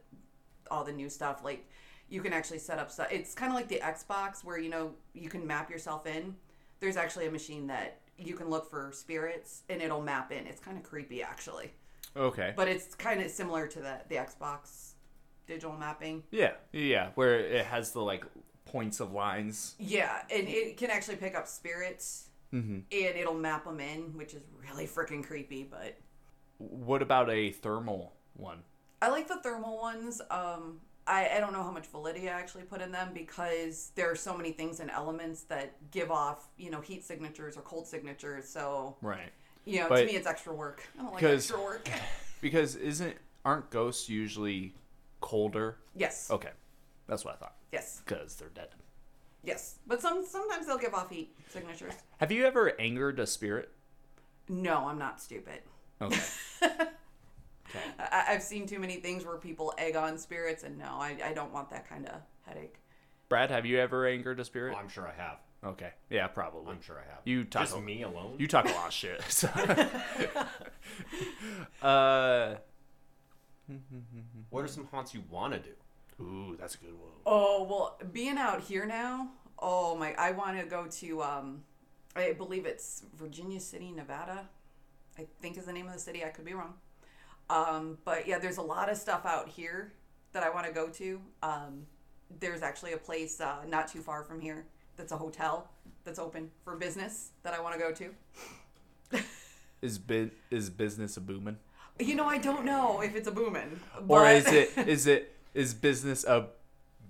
C: all the new stuff. Like you can actually set up stuff. It's kind of like the Xbox where you know you can map yourself in. There's actually a machine that you can look for spirits, and it'll map in. It's kind of creepy actually,
A: Okay.
C: but it's kind of similar to the the Xbox digital mapping.
A: Yeah. Yeah. Where it has the like points of lines.
C: Yeah, and it can actually pick up spirits, and it'll map them in, which is really freaking creepy. But
A: What about a thermal one?
C: I like the thermal ones. Um, I, I don't know how much validity I actually put in them because there are so many things and elements that give off, you know, heat signatures or cold signatures. So,
A: Right.
C: you know, to
A: But-
C: me, it's extra work. I don't like
A: 'Cause-
C: extra work.
A: Because isn't aren't ghosts usually colder?
C: yes.
A: Okay. That's what I thought.
C: Yes.
A: Because they're dead.
C: Yes. But some sometimes they'll give off heat signatures.
A: Have you ever angered a spirit?
C: No, I'm not stupid.
A: Okay.
C: I, I've seen too many things where people egg on spirits, and no, I, I don't want that kind of headache.
A: Brad, have you ever angered a
B: Oh,
A: spirit?
B: I'm sure I have.
A: Okay. Yeah, probably.
B: I'm sure I have.
A: You talk
B: Just
A: a-
B: me alone.
A: You talk a lot of shit. so. uh,
B: What are some haunts you want to do?
A: ooh, that's a good one.
C: Oh well, being out here now. Oh my! I want to go to. Um, I believe it's Virginia City, Nevada. I think is the name of the city. I could be wrong. Um, but yeah, there's a lot of stuff out here that I want to go to. Um, there's actually a place uh, not too far from here that's a hotel that's open for business that I want to go to.
A: Is bu- is business a booming?
C: You know, I don't know if it's a booming,
A: Or
C: but-
A: is it is it is business a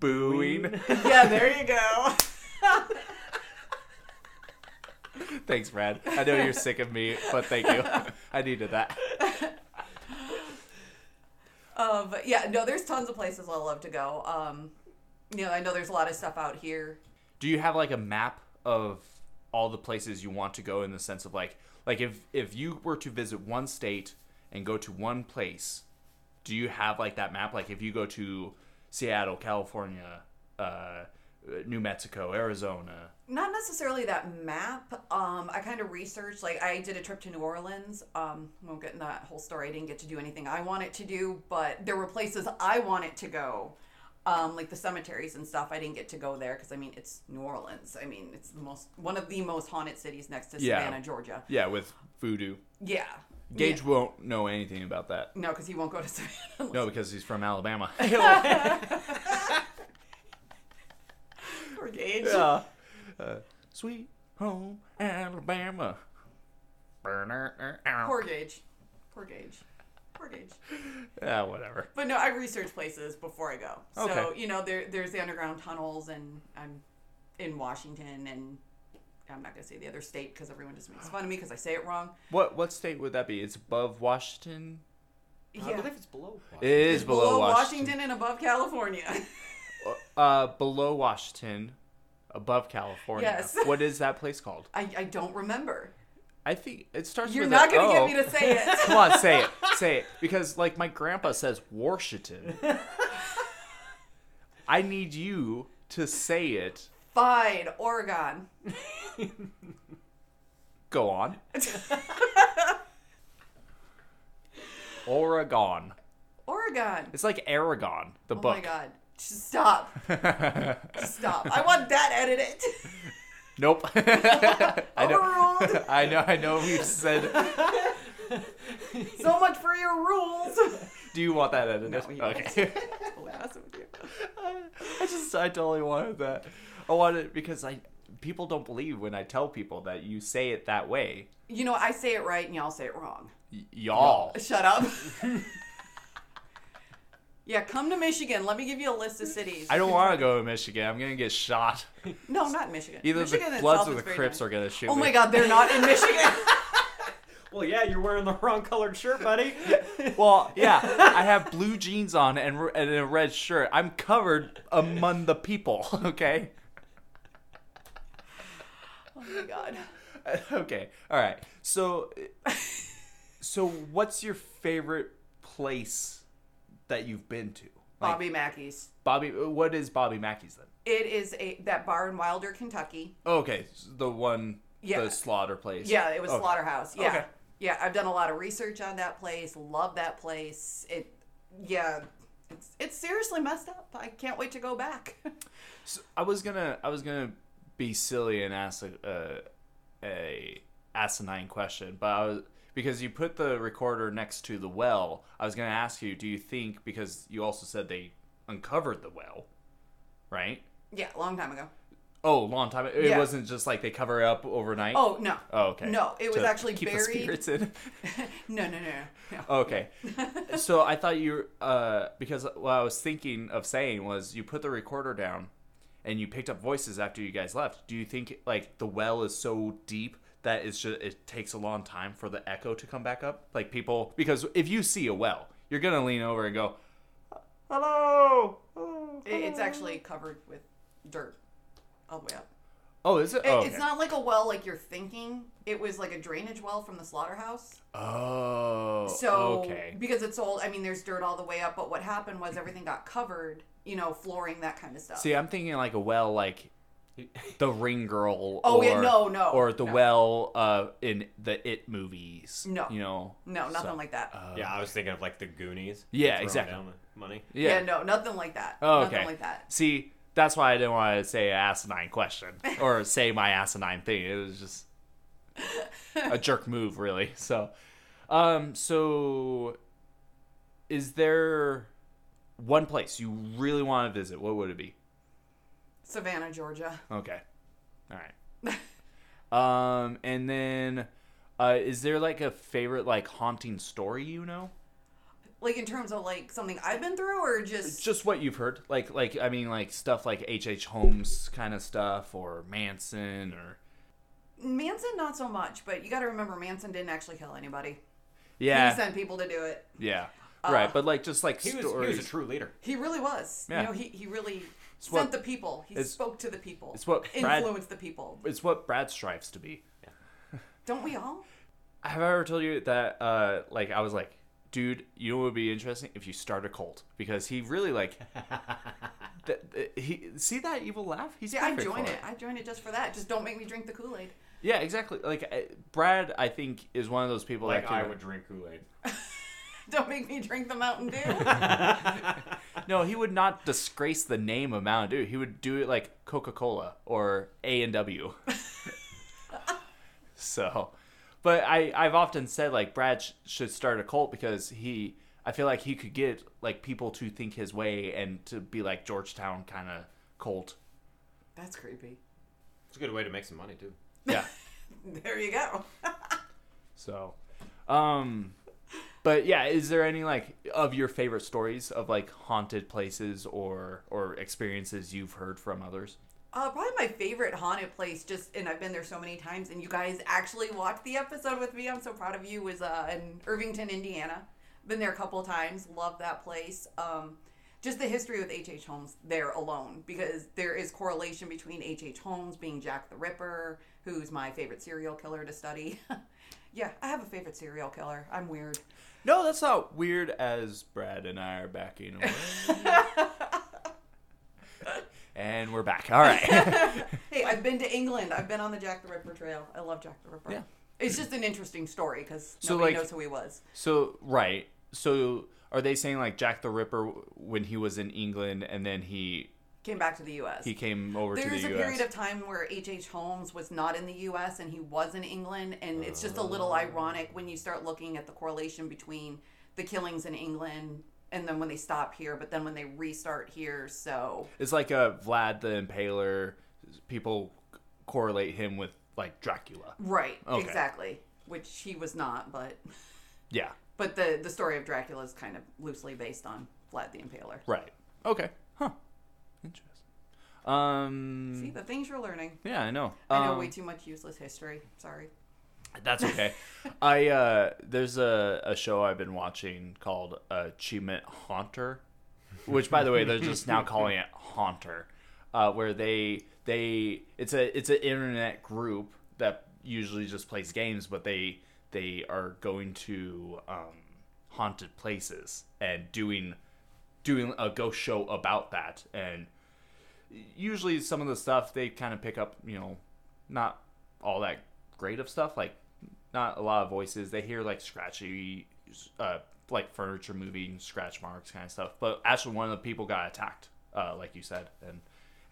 A: booing?
C: yeah, there you go.
A: Thanks, Brad. I know you're sick of me, but thank you. I needed that.
C: Uh, but yeah, no, there's tons of places I love to go. Um, you know, I know there's a lot of stuff out here.
A: Do you have like a map of all the places you want to go in the sense of like like if if you were to visit one state and go to one place, do you have like that map? Like if you go to Seattle, California, uh, New Mexico, Arizona.
C: Not necessarily that map. Um, I kind of researched, like, I did a trip to New Orleans. Um, won't get in that whole story. I didn't get to do anything I wanted to do, but there were places I wanted to go, um, like the cemeteries and stuff. I didn't get to go there because, I mean, it's New Orleans. I mean, it's the most, one of the most haunted cities next to
A: Yeah.
C: Savannah, Georgia.
A: Yeah, with voodoo.
C: Yeah.
A: Gage won't know anything about that.
C: No, because he won't go to Savannah. unless
A: No, because he's from Alabama.
C: Poor Gage.
A: yeah. Uh, sweet home Alabama. Yeah,
C: Poor Gage. Poor Gage. Poor Gage.
A: whatever.
C: But no, I research places before I go. So,
A: Okay.
C: you know, there there's the underground tunnels and I'm in Washington and I'm not going to say the other state because everyone just makes fun of me because I say it wrong.
A: What what state would that be? It's above Washington.
B: I
C: Yeah.
B: believe it's below.
A: It is
C: It's below,
A: below,
C: Washington.
A: Washington.
C: and above California.
A: Uh, below Washington, above California.
C: Yes.
A: What is that place called?
C: I, I don't remember.
A: I think it starts.
C: You're
A: with
C: not
A: a
C: going to
A: O.
C: get me to say it.
A: Come on, say it, say it, because like my grandpa says, Washington. I need you to say it.
C: Fine, Oregon.
A: Go on. Oregon.
C: Oregon.
A: It's like Aragon, the
C: Oh
A: book.
C: my God. Just stop. Just stop. I want that edited.
A: nope. I know.
C: Overruled.
A: I know. I know. We've said.
C: So much for your rules.
A: Do you want that edited?
C: No, you
A: okay. I just. I totally wanted that. I wanted it because I. People don't believe when I tell people that you say it that way.
C: You know, I say it right and y'all say it wrong.
A: Y- y'all.
C: Shut up. yeah, come to Michigan. Let me give you a list of cities.
A: I don't want to go to Michigan. I'm gonna get shot.
C: No, not Michigan.
A: Either
C: Michigan
A: the
C: itself
A: Bloods or
C: is
A: the
C: very
A: Crips
C: nice.
A: are gonna shoot
C: Oh
A: me.
C: my God, they're not in Michigan.
B: Well, yeah, you're wearing the wrong colored shirt, buddy.
A: Well, yeah, I have blue jeans on and, re- and a red shirt. I'm covered among the people. Okay.
C: oh my God.
A: okay. All right. So, so what's your favorite place that you've been to? Like,
C: Bobby Mackey's.
A: Bobby. What is Bobby Mackey's then?
C: It is a that bar in Wilder, Kentucky.
A: Okay, s- the one,
C: Yeah.
A: the slaughter place.
C: Yeah, it was
A: Okay.
C: Slaughterhouse. Yeah.
A: Oh. Okay.
C: Yeah, I've done a lot of research on that place. Love that place. It, yeah, it's, it's seriously messed up. I can't wait to go back.
A: S- I was gonna, I was gonna be silly and ask a, uh, a asinine question, but I was because you put the recorder next to the well. I was gonna ask you, do you think because you also said they uncovered the well, right?
C: yeah, long time ago.
A: Oh, long time. It
C: Yeah.
A: wasn't just like they cover it up overnight.
C: Oh no.
A: Oh, okay.
C: No, it was
A: To
C: actually
A: keep
C: buried.
A: The spirits in.
C: No, no, no, no. no.
A: Okay. so I thought you, uh, because what I was thinking of saying was you put the recorder down and you picked up voices after you guys left. Do you think, like, the well is so deep that it's just, it takes a long time for the echo to come back up? Like, people, because if you see a well, you're going to lean over and go, hello. hello,
C: It- It's
A: hello."
C: actually covered with dirt all the way up.
A: Oh, is it?
C: It-
A: oh,
C: It's
A: okay.
C: not like a well like you're thinking. It was like a drainage well from the slaughterhouse.
A: Oh.
C: So
A: okay.
C: because it's old, I mean, there's dirt all the way up. But what happened was everything got covered. You know, flooring that kind of stuff.
A: See, I'm thinking like a well, like the Ring Girl.
C: Oh,
A: or,
C: yeah, no, no,
A: Or the
C: no.
A: well uh, in the It movies.
C: No. Mm.
A: you know.
C: no, nothing
A: so-
C: like that.
A: Uh,
B: Yeah, I was thinking of like the Goonies.
A: Yeah,
B: Throw
A: exactly.
B: down the Money.
A: Yeah.
C: no, nothing like that.
A: Oh, okay.
C: Nothing like that.
A: See, that's why I didn't want to say an asinine question or say my asinine thing. It was just a jerk move, really. So, um, so is there one place you really want to visit? What would it be?
C: Savannah, Georgia.
A: Okay. All right. um, and then uh, is there like a favorite like haunting story you know?
C: Like in terms of like something I've been through, or just
A: Just what you've heard, like like I mean like stuff like H. H. Holmes kind of stuff or Manson or
C: Manson, not so much. But you got to remember, Manson didn't actually kill anybody. He
A: yeah
C: sent people to do it.
A: yeah right, but like just like
B: Uh, He was, he
A: stories.
B: was a true leader.
C: He really was.
A: Yeah.
C: You know, he, he really
A: what-
C: sent the people. He
A: it's-
C: spoke to the people.
A: it's what Brad-
C: influenced the people.
A: it's what Brad strives to be.
C: Don't we all?
A: Have I ever told you that uh like I was like, dude, you know what would be interesting if you start a cult because he really like th- th- he see that evil laugh. He's
C: See, I
A: perfect
C: join
A: for
C: it. I join it just for that. Just don't make me drink the Kool Aid.
A: Yeah, exactly. Like I, Brad, I think is one of those people
B: Like
A: that can,
B: I would drink Kool Aid.
C: Don't make me drink the Mountain Dew.
A: No, he would not disgrace the name of Mountain Dew. He would do it like Coca Cola or A and W. So, but I I've often said like Brad sh- should start a cult because he I feel like he could get like people to think his way and to be like Georgetown kind of cult.
C: That's creepy.
B: It's a good way to make some money too.
A: Yeah.
C: There you go.
A: So, um, but yeah, is there any like of your favorite stories of like haunted places or or experiences you've heard from others?
C: Uh, probably my favorite haunted place, just and I've been there so many times, and you guys actually watched the episode with me. I'm so proud of you. Was uh, in Irvington, Indiana. Been there a couple of times. Love that place. Um, just the history with H.H. H. Holmes there alone, because there is correlation between H.H. H. Holmes being Jack the Ripper, who's my favorite serial killer to study. yeah, I have a favorite serial killer. I'm weird.
A: No, that's not weird as Brad and I are backing away. and we're back. All right.
C: Hey, I've been to England. I've been on the Jack the Ripper trail. I love Jack the Ripper.
A: Yeah.
C: It's just an interesting story because
A: So,
C: nobody
A: like-
C: knows who he was.
A: so, right. So, are they saying like Jack the Ripper when he was in England and then he
C: Came back to the U.S.
A: he came over
C: There's
A: to
C: a
A: the US?
C: period of time where H.H. H. Holmes was not in the U.S. and he was in England, and it's just a
A: Oh.
C: little ironic when you start looking at the correlation between the killings in England and then when they stop here, but then when they restart here. So
A: it's like a Vlad the Impaler. People correlate him with like Dracula.
C: right,
A: Okay.
C: exactly, which he was not, but
A: Yeah.
C: but the the story of Dracula is kind of loosely based on Vlad the Impaler.
A: Right. Okay. Huh. Interesting. Um.
C: See the things you're learning.
A: yeah, I know.
C: I know
A: Um,
C: way too much useless history. Sorry.
A: That's okay. I uh, there's a, a show I've been watching called Achievement Haunter, which by the way they're just now calling it Haunter, uh, where they they it's a it's an internet group that usually just plays games, but they they are going to um, haunted places and doing doing a ghost show about that and usually some of the stuff they kind of pick up, you know, not all that great of stuff. Like not a lot of voices. They hear like scratchy, uh, like furniture moving, scratch marks kind of stuff. But actually, one of the people got attacked, uh, like you said, and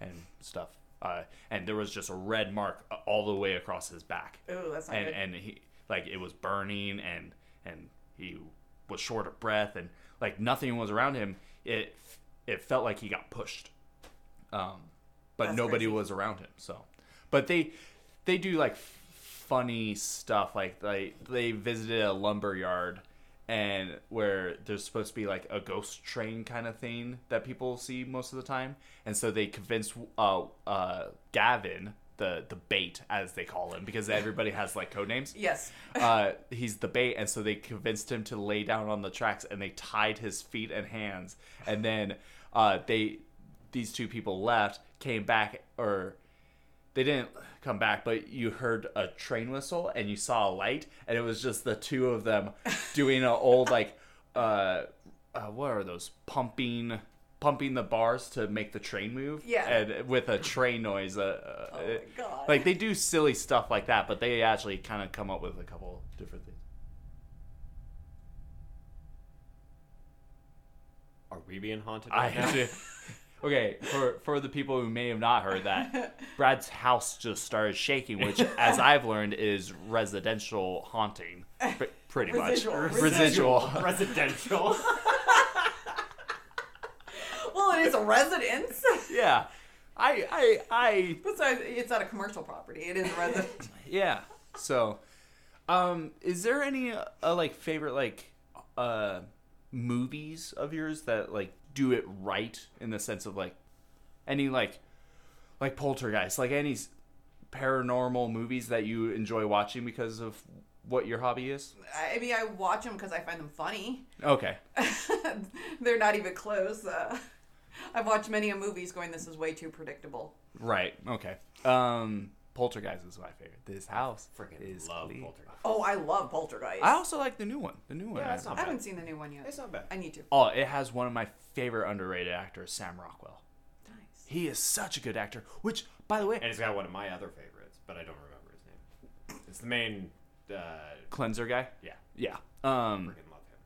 A: and stuff. Uh, and there was just a red mark all the way across his back
C: Oh, that's not
A: and
C: good.
A: and he like it was burning and and he was short of breath and like nothing was around him it it felt like he got pushed um but
C: That's
A: nobody
C: crazy.
A: was around him. So, but they they do like f- funny stuff. Like they they visited a lumber yard and where there's supposed to be like a ghost train kind of thing that people see most of the time, and so they convince uh uh Gavin. The, the bait as they call him because everybody has like code names
C: Yes.
A: uh, he's the bait, and so they convinced him to lay down on the tracks, and they tied his feet and hands, and then uh, they these two people left, came back, or they didn't come back, but you heard a train whistle and you saw a light, and it was just the two of them doing an old like, uh, uh, what are those pumping? Pumping the bars to make the train move,
C: Yeah.
A: and with a train noise. Uh, uh,
C: Oh my God.
A: Like they do silly stuff like that, but they actually kind of come up with a couple different things.
B: Are we being haunted?
A: I
B: Right now?
A: have to. Okay, for for the people who may have not heard that, Brad's house just started shaking, which, as I've learned, is residential haunting, pr- pretty
C: Residual.
A: much.
B: Residual. Residential.
C: well, it is a residence.
A: yeah, I I I
C: It's not, it's not a commercial property. It is a residence.
A: yeah. So, um, is there any uh, like favorite like uh movies of yours that like do it right in the sense of like any like like poltergeist, like any s- paranormal movies that you enjoy watching because of what your hobby is?
C: I mean, I watch them because I find them funny.
A: Okay.
C: They're not even close. Uh, I've watched many a movies going, this is way too predictable.
A: Right. Okay. Um Poltergeist is my favorite. This house
B: Freaking
A: is
B: love
A: clean.
B: poltergeist.
C: Oh, I love Poltergeist.
A: I also like the new one. The new one.
B: Yeah,
A: I-
B: that's not
C: I haven't
B: bad.
C: seen the new one yet.
B: It's not bad.
C: I need to.
A: oh, it has one of my favorite underrated actors, Sam Rockwell.
C: Nice.
A: He is such a good actor. Which, by the way,
B: And it's got one of my other favorites, but I don't remember his name. It's the main. Uh,
A: cleanser guy.
B: yeah,
A: Yeah. Um,
B: freaking love him.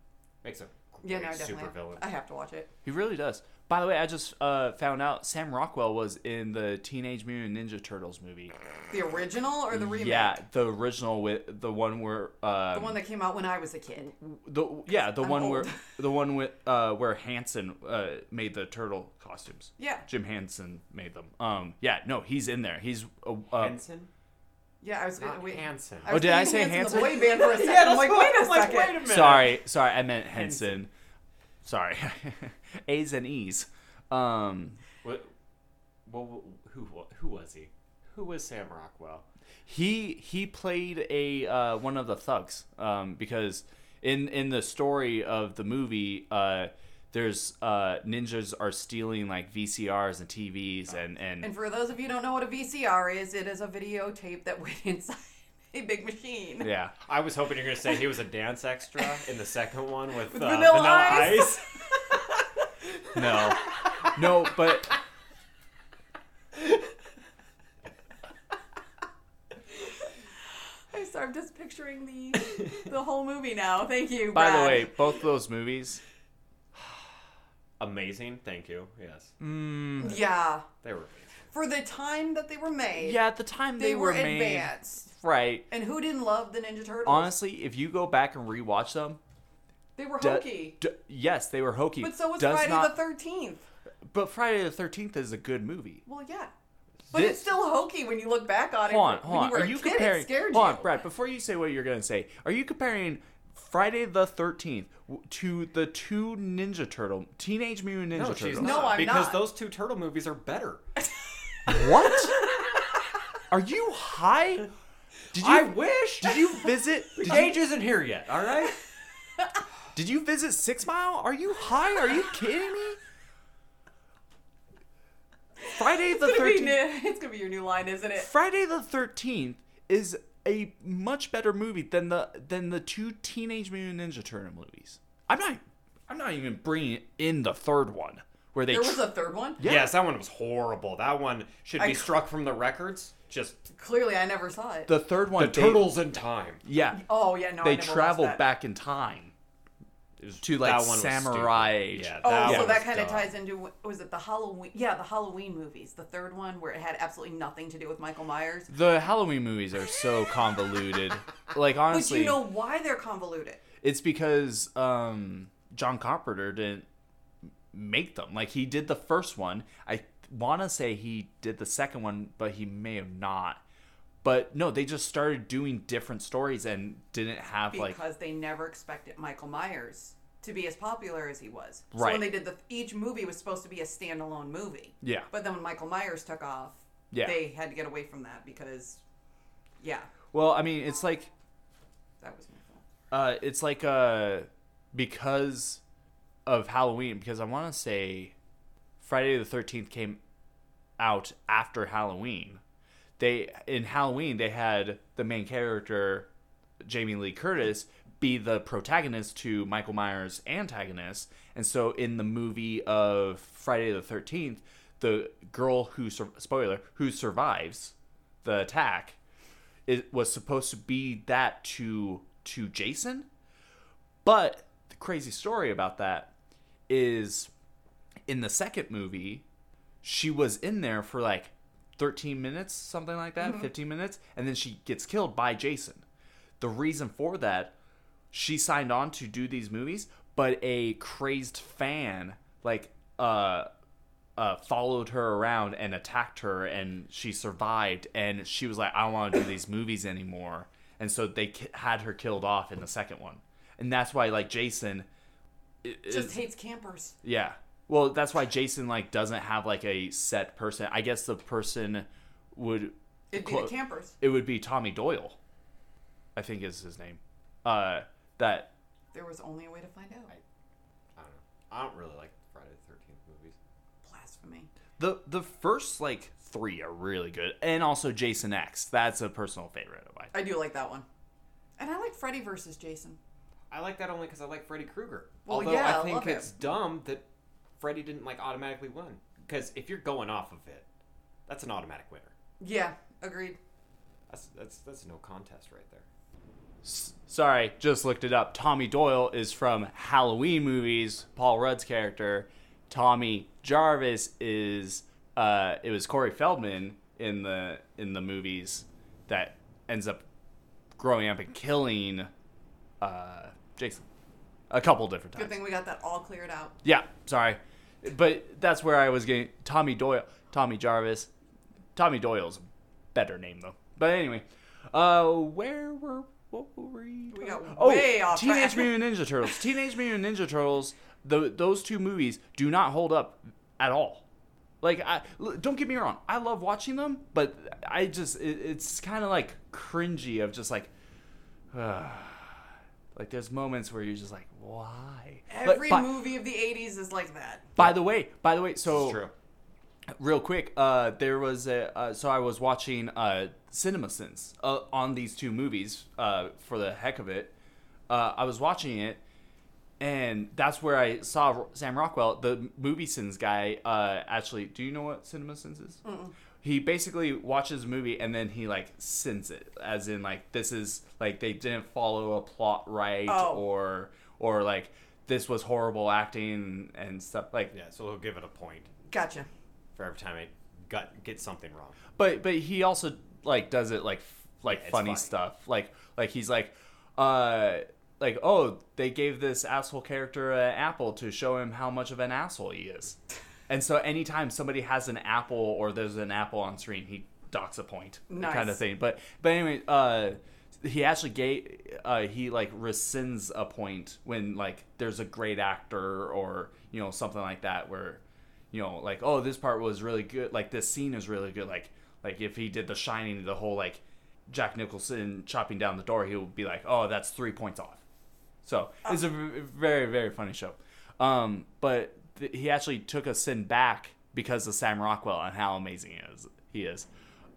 B: Makes a great
C: Yeah, no, I
B: super
C: definitely.
B: villain.
C: I have to watch it.
A: he really does. By the way, I just uh, found out Sam Rockwell was in the Teenage Mutant Ninja Turtles movie.
C: The original or the remake?
A: Yeah, the original with the one where uh,
C: The one that came out when I was a kid.
A: the yeah the
C: I'm
A: one where
C: old.
A: the one with uh, where Hanson uh, made the turtle costumes.
C: Yeah.
A: Jim Hansen made them. Um, yeah, no, he's in there. He's uh, uh,
B: Hanson,
C: Yeah, I was
B: not
C: uh, wait.
B: Hanson.
C: was
A: Oh, did I
C: thinking
A: say Hanson?
C: Hanson The boy band for a second. I'm like, wait a second.
A: Sorry, sorry, I meant Henson. Sorry, A's and E's. Um,
B: What, what, who, wa- who was he? Who was Sam Rockwell?
A: he he played a uh, one of the thugs um, because in in the story of the movie uh, there's uh, ninjas are stealing like VCRs and TVs and and,
C: And for those of you who don't know what a VCR is, it is a videotape that went inside a big machine.
A: yeah
B: I was hoping you're gonna say he was a dance extra in the second one with, uh,
C: Vanilla
B: Vanilla,
C: Ice.
B: Ice.
A: no no but
C: I'm sorry, I'm just picturing the the whole movie now. Thank you.
A: by the
C: Brad.
A: way both those movies
B: Amazing, thank you. Yes,
A: Mm.
C: yeah,
B: they were. amazing.
C: for the time that they were made,
A: yeah at the time
C: they,
A: they,
C: were,
A: made
C: advanced.
A: right
C: And who didn't love the Ninja Turtles?
A: honestly if you go back and rewatch them
C: they were
A: d-
C: hokey.
A: d- yes they were hokey
C: but so was
A: Does
C: Friday
A: not-
C: the Thirteenth.
A: but Friday the Thirteenth is a good movie
C: Well, yeah, but
A: This-
C: it's still hokey when you look back on it.
A: Hold on,
C: when
A: hold on.
C: You were
A: Are
C: a
A: you
C: kid, it
A: comparing?
C: scared
A: hold
C: you.
A: on, Brad. Before you say what you're gonna say, are you comparing Friday the Thirteenth to the two Ninja Turtle, Teenage Mutant Ninja
B: No,
A: Turtles?
B: she's
C: No,
B: not.
C: I'm
B: because
C: not.
B: those two turtle movies are better.
A: What? are you high? Did you?
B: I wish.
A: did you visit? Did
B: Gage
A: you,
B: isn't here yet. All right.
A: did you visit Six Mile? Are you high? Are you kidding me? Friday the
C: It's gonna, be,
A: Thirteenth.
C: new- it's gonna be your new line, isn't it?
A: Friday the Thirteenth is a much better movie than the than the two Teenage Mutant Ninja Turtle movies. I'm not I'm not even bringing in the third one where they
C: There was
A: tr-
C: a third one.
B: Yes, that one was horrible. That one should be
C: I-
B: struck from the records. Just
C: Clearly, I never saw it.
A: the third one
B: the
A: they-
B: turtles in time.
A: yeah
C: oh yeah, no, I
A: they
C: never watched
A: traveled
C: that.
A: back in time to like
B: that one was
A: samurai
B: stupid.
A: age.
B: Yeah,
C: Oh,
B: that
C: so
B: one
C: that
B: was
C: kind of
B: dumb.
C: ties into was it the Halloween? Yeah, the Halloween movies, the third one where it had absolutely nothing to do with Michael Myers.
A: The Halloween movies are so convoluted. like
C: But
A: honestly,
C: you know why they're convoluted?
A: it's because um, John Carpenter didn't make them. Like he did the first one. I want to say he did the second one, but he may have not. But no, they just started doing different stories and didn't have like
C: because they never expected Michael Myers to be as popular as he was. So
A: Right.
C: when they did the each movie was supposed to be a standalone movie.
A: Yeah.
C: But then when Michael Myers took off,
A: Yeah.
C: they had to get away from that because yeah,
A: well, I mean, it's like
C: that was my fault.
A: Uh, it's like uh, because of Halloween, because I want to say Friday the Thirteenth came out after Halloween. They in Halloween they had the main character Jamie Lee Curtis be the protagonist to Michael Myers' antagonist, and so in the movie of Friday the Thirteenth, the girl who sur- spoiler who survives the attack it was supposed to be that to to Jason. But the crazy story about that is in the second movie, she was in there for like 13 minutes, something like that, 15 minutes, and then she gets killed by Jason. The reason for that, she signed on to do these movies, but a crazed fan like uh uh, followed her around and attacked her, and she survived. And she was like, "I don't want to do these movies anymore." And so they ki- had her killed off in the second one, and that's why like Jason, i-
C: Just
A: is-
C: hates campers.
A: yeah. Well, that's why Jason like doesn't have like a set person. I guess the person would
C: It'd be
A: Clo-
C: the campers.
A: it would be Tommy Doyle, I think is his name. Uh, that
C: There was only a way to find out.
B: I don't know. I don't really like Friday the Thirteenth movies.
C: Blasphemy.
A: the the first like three are really good, and also Jason X. That's a personal favorite of mine.
C: I do like that one. And I like Freddy versus Jason.
B: I like that only because I like Freddy Krueger.
C: Well,
B: Although
C: yeah, I
B: I think
C: love
B: it's dumb that Freddy didn't like automatically win because if you're going off of it, that's an automatic winner.
C: Yeah, agreed.
B: That's that's that's no contest right there.
A: S- sorry, just looked it up. Tommy Doyle is from Halloween movies. Paul Rudd's character, Tommy Jarvis, is uh, it was Corey Feldman in the in the movies that ends up growing up and killing uh, Jason a couple different times.
C: Good thing we got that all cleared out.
A: Yeah, sorry, but that's where I was getting Tommy Doyle, Tommy Jarvis, Tommy Doyle's a better name though. But anyway, uh, where were what were we?
C: We
A: talking- Oh,
C: got way off
A: Teenage
C: track.
A: Mutant Ninja Turtles. Teenage Mutant Ninja Turtles. tho- those two movies do not hold up at all. Like, I, l- don't get me wrong, I love watching them, but I just it, it's kind of like cringy of just like. like there's moments where you're just like, why? But
C: Every
A: by-
C: movie of the 80s is like that.
A: by the way, by the way, so
B: It's true.
A: real quick, uh, there was a uh, so I was watching uh, CinemaSins uh, on these two movies uh, for the heck of it. Uh, I was watching it, and that's where I saw Sam Rockwell, the movie sins guy. Uh, actually, do you know what CinemaSins is? He basically watches a movie and then he like sins it, as in like this is like they didn't follow a plot right
C: Oh.
A: or or like this was horrible acting and stuff like
B: Yeah, so he'll give it a point
C: Gotcha.
B: for every time I got get something wrong.
A: But but he also like does it like f- like
B: Yeah, it's
A: funny
B: funny.
A: stuff. Like like he's like uh like oh they gave this asshole character an apple to show him how much of an asshole he is. And so anytime somebody has an apple or there's an apple on screen, he docks a point kind of
C: Nice.
A: thing. But but anyway, uh he actually gave uh he like rescinds a point when like there's a great actor or you know something like that where you know, like oh, this part was really good. Like this scene is really good. Like like if he did The Shining, the whole like Jack Nicholson chopping down the door, he would be like, oh, that's three points off. So it's a v- very very funny show. Um, but th- he actually took a sin back because of Sam Rockwell and how amazing he is he is.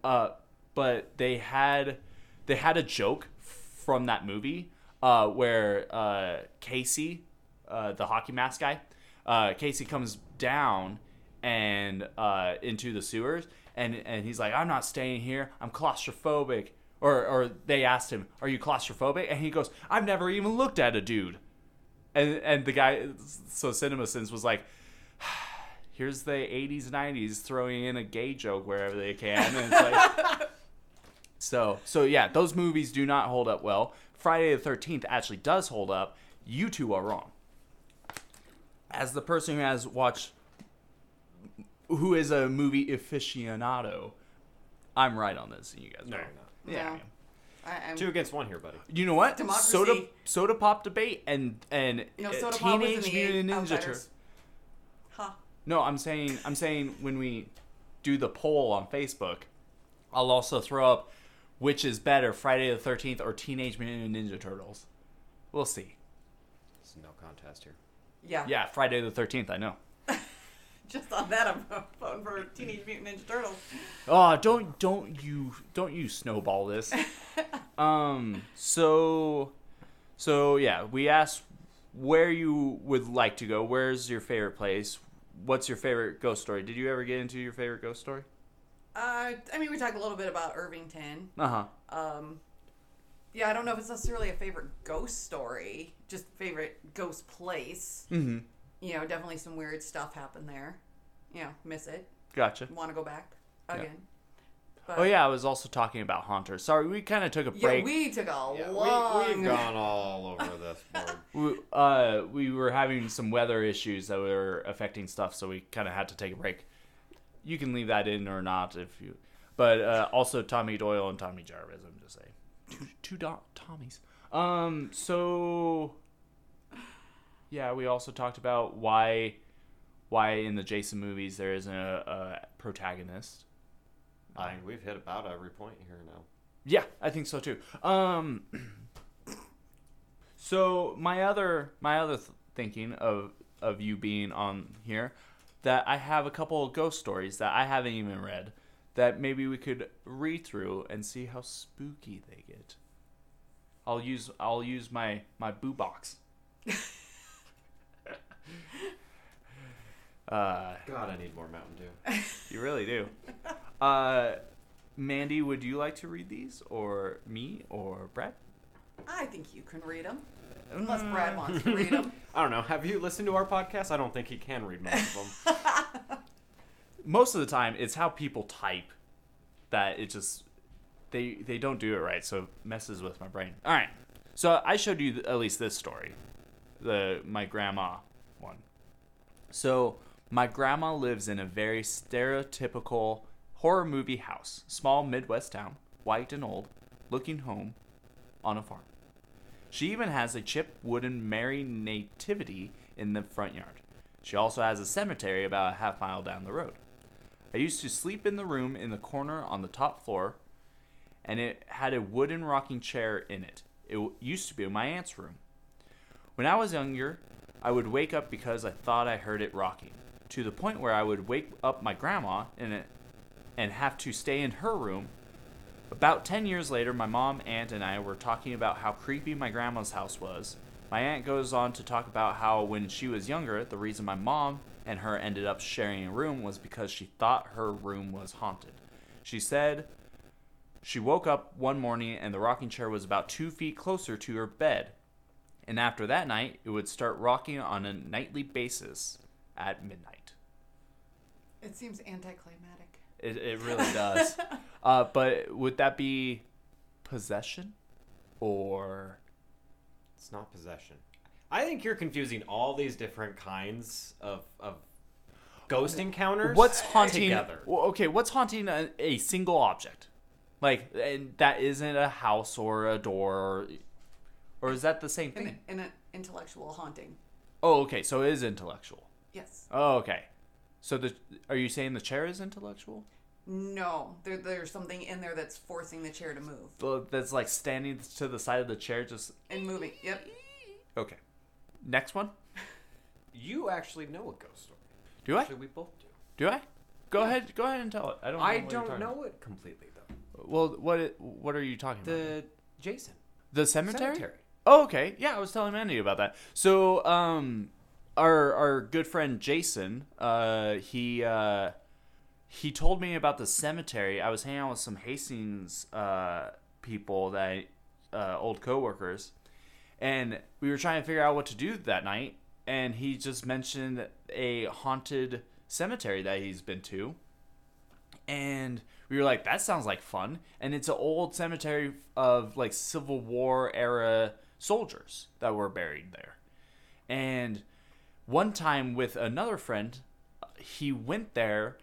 A: Uh, but they had they had a joke from that movie uh, where uh, Casey, uh, the hockey mask guy, uh, Casey comes down and uh, into the sewers, and and he's like, "I'm not staying here. I'm claustrophobic." Or or they asked him, "Are you claustrophobic?" And he goes, "I've never even looked at a dude." And and the guy, so CinemaSins was like. Here's the 80s, 90s throwing in a gay joke wherever they can. And it's like, so, so yeah, those movies do not hold up well. Friday the Thirteenth actually does hold up. You two are wrong. As the person who has watched who is a movie aficionado, I'm right on this, and you guys
B: No,
A: are.
B: you're
A: wrong.
B: not.
A: Yeah.
C: No. I, I'm,
B: Two against one here, buddy.
A: You know what?
C: Democracy.
A: Soda soda pop debate and and
C: no,
A: uh,
C: soda pop was in
A: teenage
C: the
A: mutant ninja
C: Outsiders.
A: turtles.
C: Huh.
A: No, I'm saying I'm saying when we do the poll on Facebook, I'll also throw up which is better, Friday the 13th or Teenage Mutant Ninja Turtles. We'll see.
B: This is no contest here.
C: Yeah.
A: Yeah, Friday the 13th, I know.
C: Just on that, I'm voting for Teenage Mutant Ninja Turtles.
A: Oh, don't don't you don't you snowball this. um so so yeah, we asked where you would like to go. Where's your favorite place? What's your favorite ghost story? Did you ever get into your favorite ghost story?
C: Uh, I mean, we talked a little bit about Irvington.
A: Uh-huh.
C: Um, yeah, I don't know if it's necessarily a favorite ghost story, just favorite ghost place.
A: Mhm.
C: You know, definitely some weird stuff happened there. You know, miss it.
A: Gotcha.
C: Want to go back again. But,
A: Oh yeah, I was also talking about Haunter. Sorry, we kind of took a
C: Yeah,
A: break.
C: we took a
B: Yeah,
C: long.
B: we, we've gone all over this board.
A: we, uh, we were having some weather issues that were affecting stuff, so we kind of had to take a break. You can leave that in or not if you, but uh, also Tommy Doyle and Tommy Jarvis. I'm just saying, two, two do- Tommies. Um, so yeah, we also talked about why why in the Jason movies there isn't a, a protagonist.
B: I think we've hit about every point here now.
A: Yeah, I think so too. Um, so my other my other th- thinking of of you being on here, that I have a couple of ghost stories that I haven't even read, that maybe we could read through and see how spooky they get. I'll use I'll use my my boo box. uh,
B: God, I need more Mountain Dew.
A: you really do. Uh, Mandy, would you like to read these, or me, or Brett?
C: I think you can read them,
A: Mm.
C: unless Brad wants to read them.
B: I don't know. Have you listened to our podcast? I don't think he can read most of them.
A: Most of the time, it's how people type that it just they they don't do it right, so it messes with my brain. All right, so I showed you at least this story, the my grandma one. So my grandma lives in a very stereotypical horror movie house, small Midwest town, white and old, looking home on a farm. She even has a chipped wooden Mary nativity in the front yard. She also has a cemetery about a half mile down the road. I used to sleep in the room in the corner on the top floor, and it had a wooden rocking chair in it. It w- used to be my aunt's room. When I was younger, I would wake up because I thought I heard it rocking, to the point where I would wake up my grandma in it and have to stay in her room about 10 years later, my mom, aunt, and I were talking about how creepy my grandma's house was. My aunt goes on to talk about how, when she was younger, the reason my mom and her ended up sharing a room was because she thought her room was haunted. She said she woke up one morning and the rocking chair was about two feet closer to her bed. And after that night, it would start rocking on a nightly basis at midnight.
C: It seems anticlimactic.
A: It, it really does. uh, but would that be possession or
B: It's not possession. I think you're confusing all these different kinds of, of ghost encounters.
A: what's haunting?
B: together?
A: Well, okay, what's haunting a, a single object? Like, and that isn't a house or a door, or, or is that the same
C: In,
A: thing?
C: in an intellectual haunting.
A: Oh, okay, so it is intellectual.
C: Yes.
A: Oh, okay. So the are you saying the chair is intellectual?
C: No, there, there's something in there that's forcing the chair to move
A: The- That's like standing to the side of the chair, just
C: and moving. Yep.
A: okay. Next one.
B: You actually know a ghost story.
A: Do I?
B: Actually, we both do.
A: Do I? Go ahead. Go ahead and tell it. I don't. Know
B: I
A: what you're
B: don't
A: talking
B: know it completely though.
A: Well, what what are you talking about?
B: The Jason
A: The cemetery?
B: cemetery.
A: Oh, okay. Yeah, I was telling Mandy about that. So, um, our our good friend Jason, uh, he uh, he told me about the cemetery. I was hanging out with some Hastings uh, people that I, uh, old coworkers, and we were trying to figure out what to do that night. And he just mentioned a haunted cemetery that he's been to and we were like, that sounds like fun. And it's an old cemetery of like Civil War era soldiers that were buried there. And one time with another friend, he went there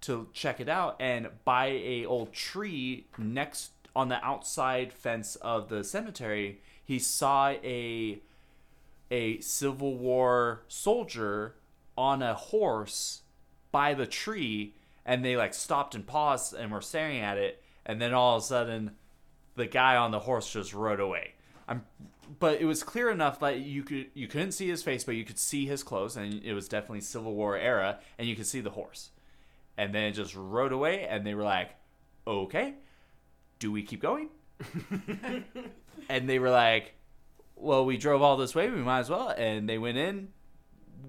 A: to check it out and by a old tree next on the outside fence of the cemetery he saw a a civil war soldier on a horse by the tree and they like stopped and paused and were staring at it and then all of a sudden the guy on the horse just rode away i'm but it was clear enough that you could you couldn't see his face but you could see his clothes and it was definitely civil war era and you could see the horse and then it just rode away and they were like okay do we keep going and they were like well we drove all this way we might as well and they went in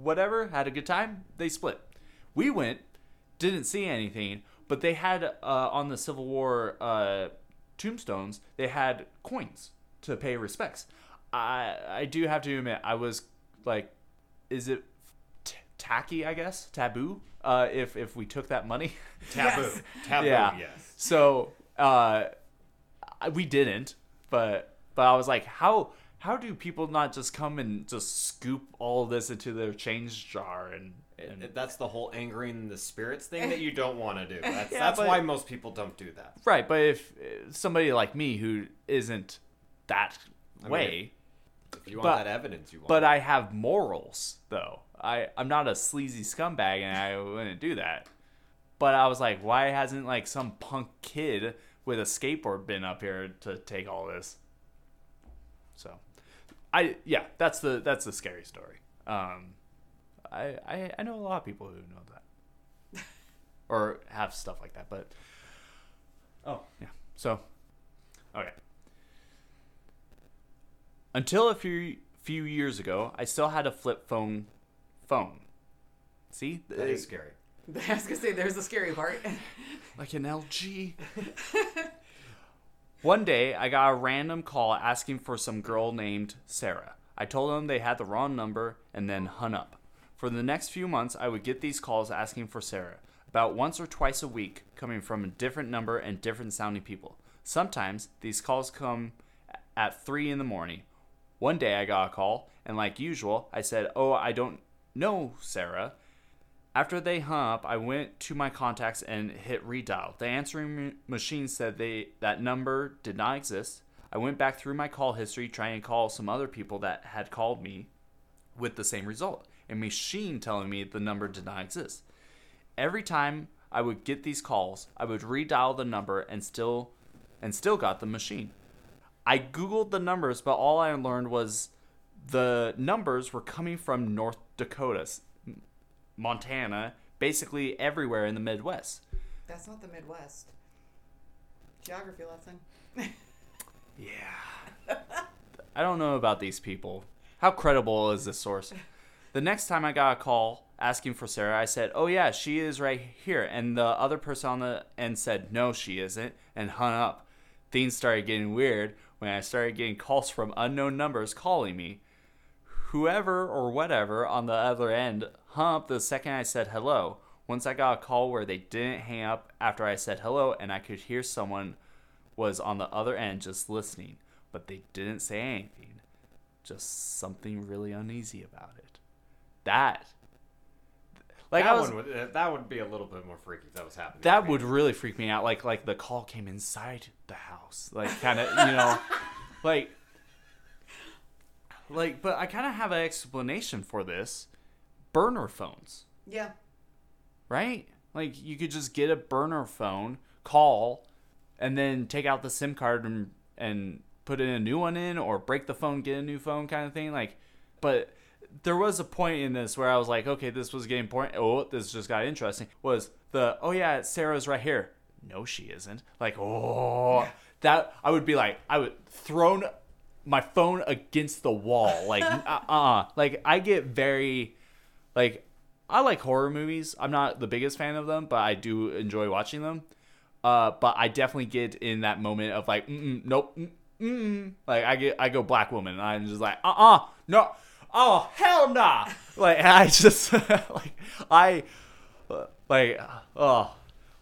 A: whatever had a good time they split we went didn't see anything but they had uh, on the civil war uh, tombstones they had coins to pay respects i i do have to admit i was like is it t- tacky i guess taboo uh, if if we took that money
B: Taboo.
C: Yes.
B: Taboo,
A: Yeah.
B: Oh, yes.
A: so uh, I- we didn't, but but I was like, how how do people not just come and just scoop all this into their change jar and, and
B: It- That's the whole angering the spirits thing that you don't want to do. That's,
A: Yeah,
B: that's
A: but-
B: why most people don't do that.
A: right? But if uh, somebody like me who isn't that
B: mean,
A: way,
B: If you want
A: But-
B: that evidence, you want.
A: but I have morals though. I I'm not a sleazy scumbag and I wouldn't do that. But I was like, why hasn't like some punk kid with a skateboard been up here to take all this? So, I yeah, that's the that's the scary story. Um, I I, I know a lot of people who know that or have stuff like that, but oh yeah, so okay. Until a few few years ago, I still had a flip phone phone. See,
B: that is scary.
C: I was gonna say there's the scary part.
A: like an LG. One day, I got a random call asking for some girl named Sarah. I told them they had the wrong number and then hung up. For the next few months, I would get these calls asking for Sarah, about once or twice a week, coming from a different number and different sounding people. Sometimes these calls come at 3 in the morning. One day, I got a call, and like usual, I said, Oh, I don't know Sarah. After they hung up, I went to my contacts and hit redial. The answering m- machine said they that number did not exist. I went back through my call history trying to call some other people that had called me with the same result. A machine telling me the number did not exist. Every time I would get these calls, I would redial the number and still and still got the machine. I googled the numbers, but all I learned was the numbers were coming from North Dakota, Montana, basically everywhere in the Midwest.
C: That's not the Midwest. Geography lesson.
A: Yeah. I don't know about these people. How credible is this source? The next time I got a call asking for Sarah, I said, "Oh yeah, she is right here." And the other person on the end said, "No, she isn't," and hung up. Things started getting weird when I started getting calls from unknown numbers calling me. whoever or whatever on the other end hung up the second I said hello. Once I got a call where they didn't hang up after I said hello, and I could hear someone was on the other end just listening, but they didn't say anything. Just something really uneasy about it. That, like
B: that
A: I was,
B: one would uh, that would be a little bit more freaky if that was happening.
A: that
B: to me.
A: would really freak me out. Like like the call came inside the house, like kind of you know, like like. But I kind of have an explanation for this. Burner phones,
C: Yeah.
A: right? Like you could just get a burner phone, call, and then take out the SIM card and and put in a new one in, or break the phone, get a new phone, kind of thing. Like, but there was a point in this where I was like, okay, this was getting point. Oh, this just got interesting. Was the oh yeah, Sarah's right here. No, she isn't. Like, oh, that I would be like, I would thrown my phone against the wall. Like, uh, uh like I get very, like, I like horror movies. I'm not the biggest fan of them, but I do enjoy watching them. Uh, but I definitely get in that moment of like, mm-mm, nope, mm, mm, like I get, I go black woman, and I'm just like, uh, uh no, oh hell nah, like I just, like I, uh, like, oh,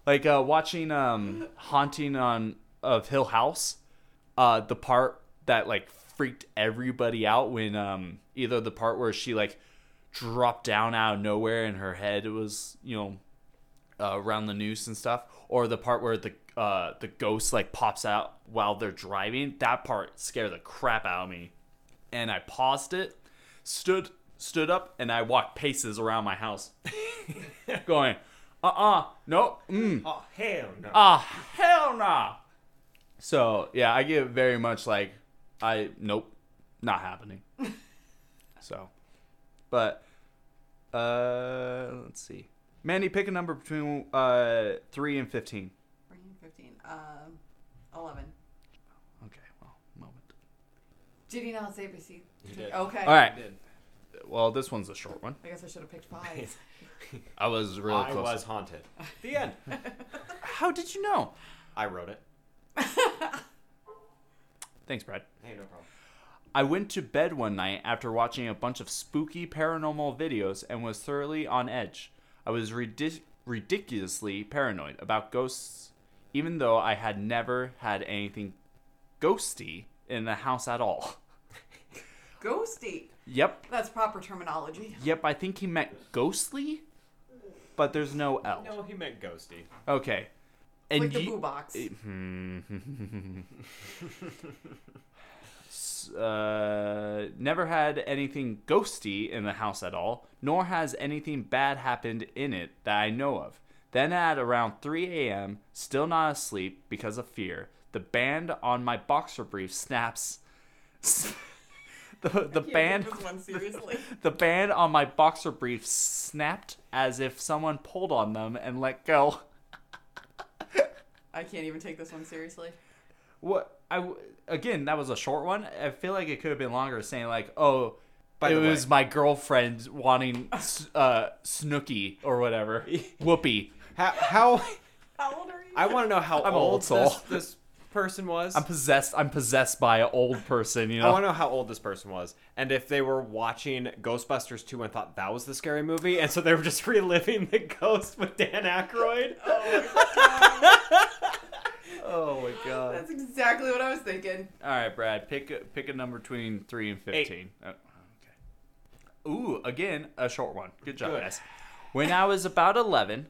A: like uh, watching um, haunting on of Hill House, uh, the part that like freaked everybody out when um, either the part where she like dropped down out of nowhere and her head was you know uh, around the noose and stuff, or the part where the uh, the ghost like pops out while they're driving. That part scared the crap out of me, and I paused it, stood stood up, and I walked paces around my house, going, uh uh no, mm,
B: Oh hell no!
A: ah hell nah. So yeah, I get very much like I nope, not happening. so, but uh, let's see. Mandy, pick a number between uh three and fifteen.
C: 15, um, 11.
A: Okay, well, moment.
C: Did he not save his seat?
B: did.
C: Okay.
A: All right.
B: Did.
A: Well, this one's a short one.
C: I guess I should have picked five.
A: I was really
B: I
A: close.
B: was haunted. The end.
A: How did you know?
B: I wrote it.
A: Thanks, Brad.
B: Hey, no problem.
A: I went to bed one night after watching a bunch of spooky paranormal videos and was thoroughly on edge. I was ridic- ridiculously paranoid about ghosts, even though I had never had anything ghosty in the house at all.
C: Ghosty.
A: Yep,
C: That's proper terminology.
A: yep, I think he meant ghostly, but there's no L.
B: No, he meant ghosty.
A: Okay. And
C: like the
A: you-
C: boo box.
A: Hmm. S- uh, never had anything ghosty in the house at all, nor has anything bad happened in it that I know of. Then at around 3 a.m., still not asleep because of fear, the band on my boxer brief snaps. the the
C: Can't take
A: band
C: this one seriously.
A: the band on my boxer brief snapped as if someone pulled on them and let go.
C: I can't even take this one seriously.
A: What I w- again? That was a short one. I feel like it could have been longer. Saying like, oh,
B: By
A: it
B: the way.
A: was my girlfriend wanting s- uh, Snooky or whatever, Whoopi.
B: How? how
C: How old are you?
B: I want to know how
A: I'm an
B: old,
A: old soul.
B: This, this person was.
A: I'm possessed. I'm possessed by an old person. You know.
B: I want to know how old this person was, and if they were watching Ghostbusters 2 and thought that was the scary movie, and so they were just reliving the ghost with Dan Aykroyd.
A: oh my god.
C: That's exactly what I was thinking.
A: All right, Brad. Pick a, pick a number between three and fifteen. Oh, okay. Ooh, again a short one. Good job,
B: Good.
A: guys. When I was about eleven,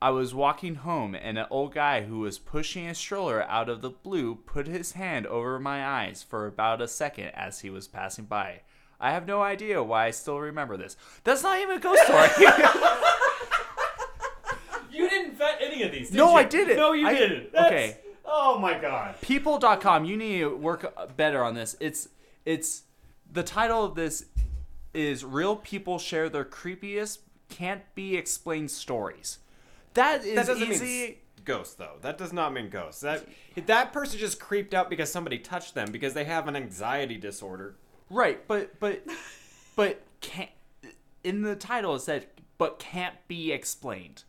A: I was walking home and an old guy who was pushing a stroller out of the blue put his hand over my eyes for about a second as he was passing by. I have no idea why I still remember this. That's not even a ghost story.
B: You didn't vet any of these. Did
A: No,
B: you?
A: I didn't.
B: No, you
A: I-
B: didn't. That's-
A: okay.
B: Oh my god.
A: people.com you need to work better on this it's it's the title of this is real people share their creepiest can't be explained stories that is
B: That doesn't
A: easy
B: mean s- ghost though. That does not mean ghost. That that person just creeped out because somebody touched them because they have an anxiety disorder.
A: right but but but can't in the title it said but can't be explained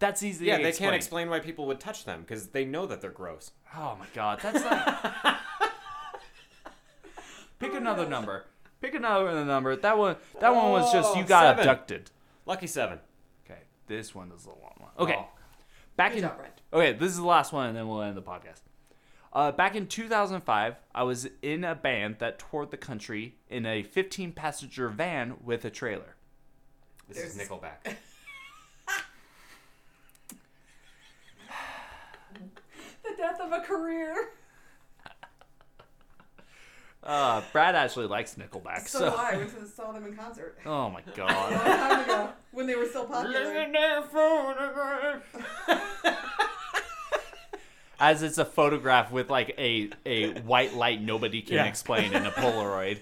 A: that's easy
B: Yeah,
A: to
B: they can't explain why people would touch them because they know that they're gross.
A: oh my god that's not pick another number pick another number that one that one was just you got
B: Seven.
A: abducted
B: Lucky seven.
A: Okay, this one is a long one. Okay,
B: Oh.
A: back
C: Good
A: in.
C: job, Brent.
A: Okay, this is the last one, and then we'll end the podcast. Uh, back in 2005, I was in a band that toured the country in a 15-passenger van with a trailer.
B: This is
C: There's-
B: Nickelback.
C: The death of a career.
A: Uh, Brad actually likes Nickelback,
C: So,
A: so.
C: do I. I went to saw them in concert a
A: Oh my god.
C: long time ago when they were still popular.
A: As it's a photograph with like a a white light nobody can
B: Yeah.
A: explain in a Polaroid.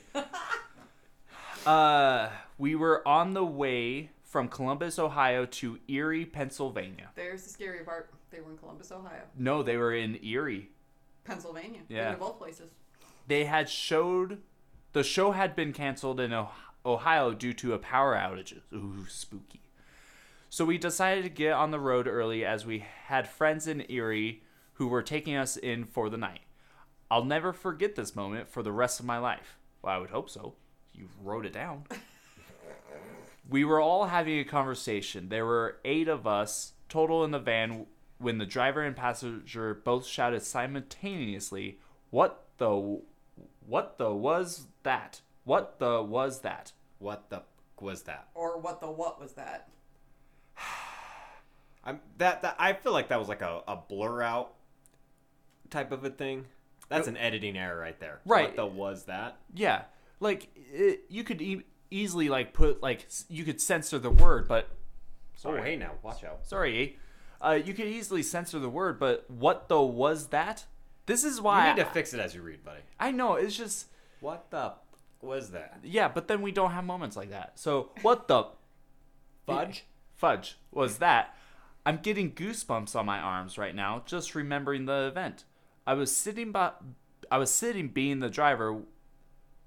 A: Uh, we were on the way from Columbus, Ohio, to Erie, Pennsylvania.
C: There's the scary part. They were in Columbus, Ohio,
A: No, they were in Erie.
C: Pennsylvania. They
A: Yeah.
C: were both places.
A: They had showed the show had been canceled in Oh- Ohio due to a power outage. Ooh, spooky. So we decided to get on the road early as we had friends in Erie who were taking us in for the night. I'll never forget this moment for the rest of my life. Well, I would hope so. You wrote it down. we were all having a conversation. There were eight of us total in the van when the driver and passenger both shouted simultaneously, What the. What the was that? What the was that?
B: What the was that?
C: Or what the what was that?
B: I'm that, that I feel like that was like a, a blur out type of a thing. That's an editing error right there.
A: Right.
B: What the was that?
A: Yeah, like it, you could e- easily like put like s- you could censor the word, but
B: Oh hey now, watch out.
A: sorry, uh, you could easily censor the word, but what the was that? This is why
B: You need
A: I-
B: to fix it as you read, buddy.
A: I know it's just
B: What the was that?
A: yeah, but then we don't have moments like that. So what the
B: Fudge?
A: fudge was that? I'm getting goosebumps on my arms right now just remembering the event. I was sitting by, I was sitting being the driver.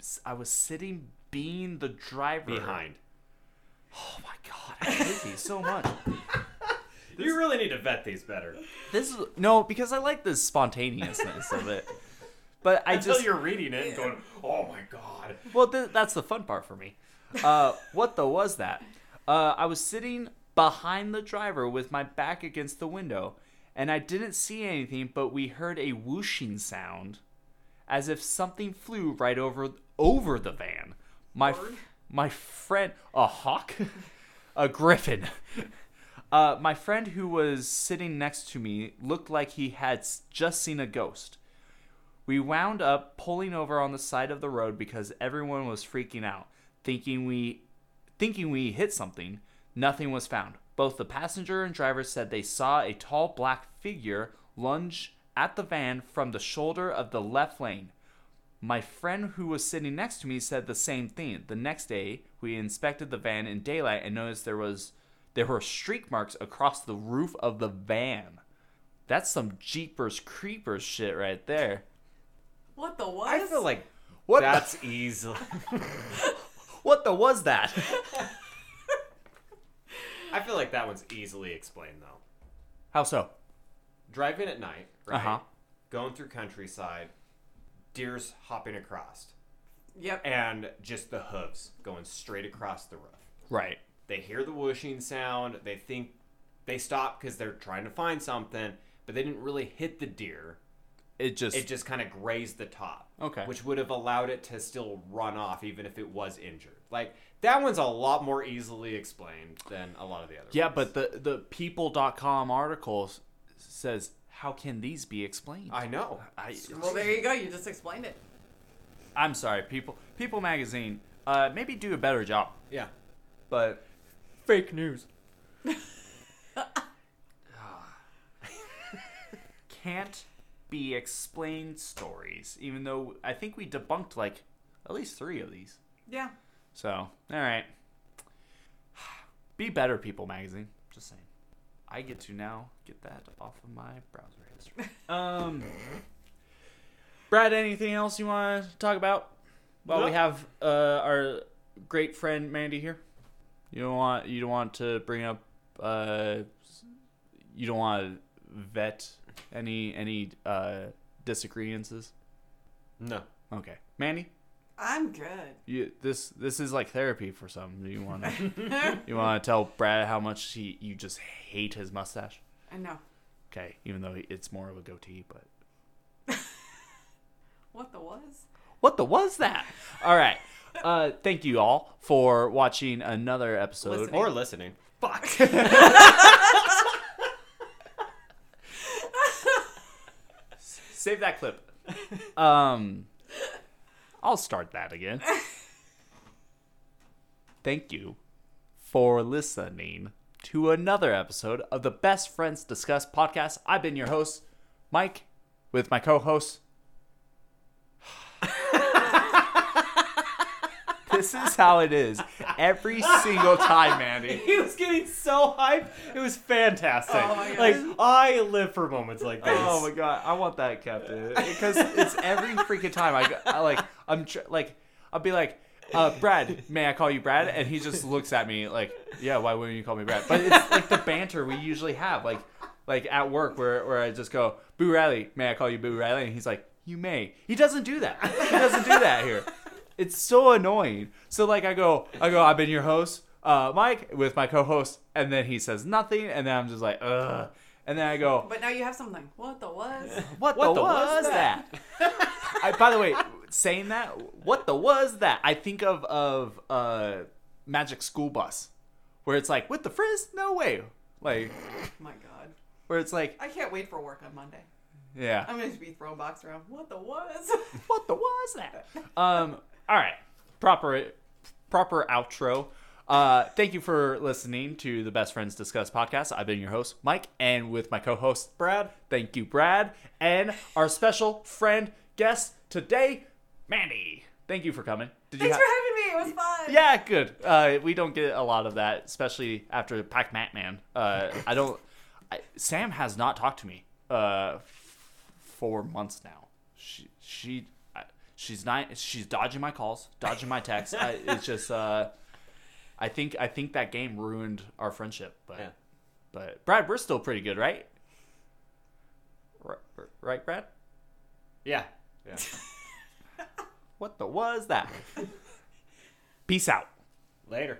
A: s- I was sitting being the driver.
B: Behind.
A: Oh my god, I hate these so much.
B: You really need to vet these better.
A: This is no because I like the spontaneousness of it. But I
B: Until
A: just
B: you're reading it and going, Oh my god.
A: well, th- that's the fun part for me. Uh, what the was that? Uh, I was sitting behind the driver with my back against the window, and I didn't see anything, but we heard a whooshing sound, as if something flew right over over the van. My f- my friend, a hawk, a griffin. Uh, my friend who was sitting next to me looked like he had s- just seen a ghost. We wound up pulling over on the side of the road because everyone was freaking out, thinking we thinking we hit something. Nothing was found. Both the passenger and driver said they saw a tall black figure lunge at the van from the shoulder of the left lane. My friend who was sitting next to me said the same thing. The next day, we inspected the van in daylight and noticed there was there were streak marks across the roof of the van. That's some Jeepers Creepers shit right there.
C: What the what?
B: I feel like
A: What
B: that's easily
A: What the was that?
B: I feel like that one's easily explained though.
A: How so?
B: driving at night, right?
A: Uh-huh.
B: Going through countryside, deer's hopping across,
C: Yep.
B: and just the hooves going straight across the roof.
A: Right.
B: They hear the whooshing sound. They think they stop because they're trying to find something, but they didn't really hit the deer.
A: It just.
B: It just kind of grazed the top.
A: Okay.
B: Which would have allowed it to still run off even if it was injured. Like, that one's a lot more easily explained than a lot of the other
A: yeah,
B: ones.
A: but the the people.com article s- says how can these be explained?
B: I know.
A: I
C: well, there you go. You just explained it.
A: I'm sorry, people. People magazine. Uh, maybe do a better job.
B: Yeah.
A: But
B: Fake news.
A: can't be explained stories. Even though I think we debunked like at least three of these.
C: Yeah.
A: So all right. Be better, people magazine. Just saying. I get to now get that off of my browser history. Um, Brad, anything else you want to talk about while we
B: No.
A: have uh, our great friend Mandy here? You don't want you don't want to bring up uh, you don't want to vet any any uh, disagreements.
B: No.
A: Okay, Mandy,
C: I'm good.
A: you this this is like therapy for some. Do you want to you want to tell Brad how much he you just hate his mustache?
C: I know.
A: Okay, even though it's more of a goatee, but
C: What the was?
A: what the was that? All right. Uh, thank you all for watching another episode.
C: Listening.
B: Or listening. Fuck.
A: Save that clip. Um, I'll start that again. Thank you for listening to another episode of the Best Friends Discuss podcast. I've been your host, Mike, with my co-host. this is how it is every single time, Mandy.
B: he was getting so hyped. It was fantastic.
C: Oh my God.
B: like I live for moments like this.
A: Oh my god, I want that captain because it's every freaking time I, go, I like I'm tr- like I'll be like, uh, Brad, may I call you Brad? And he just looks at me like, yeah, why wouldn't you call me Brad? But it's like the banter we usually have, like like at work where where I just go, Boo Riley, may I call you Boo Riley? And he's like, you may. He doesn't do that. He doesn't do that here. It's so annoying. So like I go, I go, I've been your host, uh, Mike, with my co-host, and then he says nothing, and then I'm just like, ugh. And then I go,
C: But now you have something. What the was?
A: what,
B: What
A: the,
B: the
A: was,
B: was
A: that? I, by the way, saying that, what the was that? I think of of uh, Magic School Bus, where it's like with the frizz, no way, like
C: My God.
A: where it's like
C: I can't wait for work on Monday.
A: yeah,
C: I'm going to be throwing box around. What the was?
A: what the was that? Um, all right, proper proper outro. Uh, thank you for listening to the Best Friends Discuss podcast. I've been your host, Mike, and with my co-host Brad. Thank you, Brad, and our special friend guest today, Mandy. Thank you for coming. Did
C: Thanks
A: ha-
C: for having me. It was fun.
A: Yeah, good. Uh, we don't get a lot of that, especially after Pac Man Man. Uh, I don't. I, Sam has not talked to me uh, f- for months now. She she I, she's not. She's dodging my calls, dodging my texts. I, it's just. Uh, I think I think that game ruined our friendship. But
B: Yeah.
A: but Brad, we're still pretty good, right? Right, right Brad.
B: Yeah. Yeah.
A: What the was that? Peace out.
B: Later.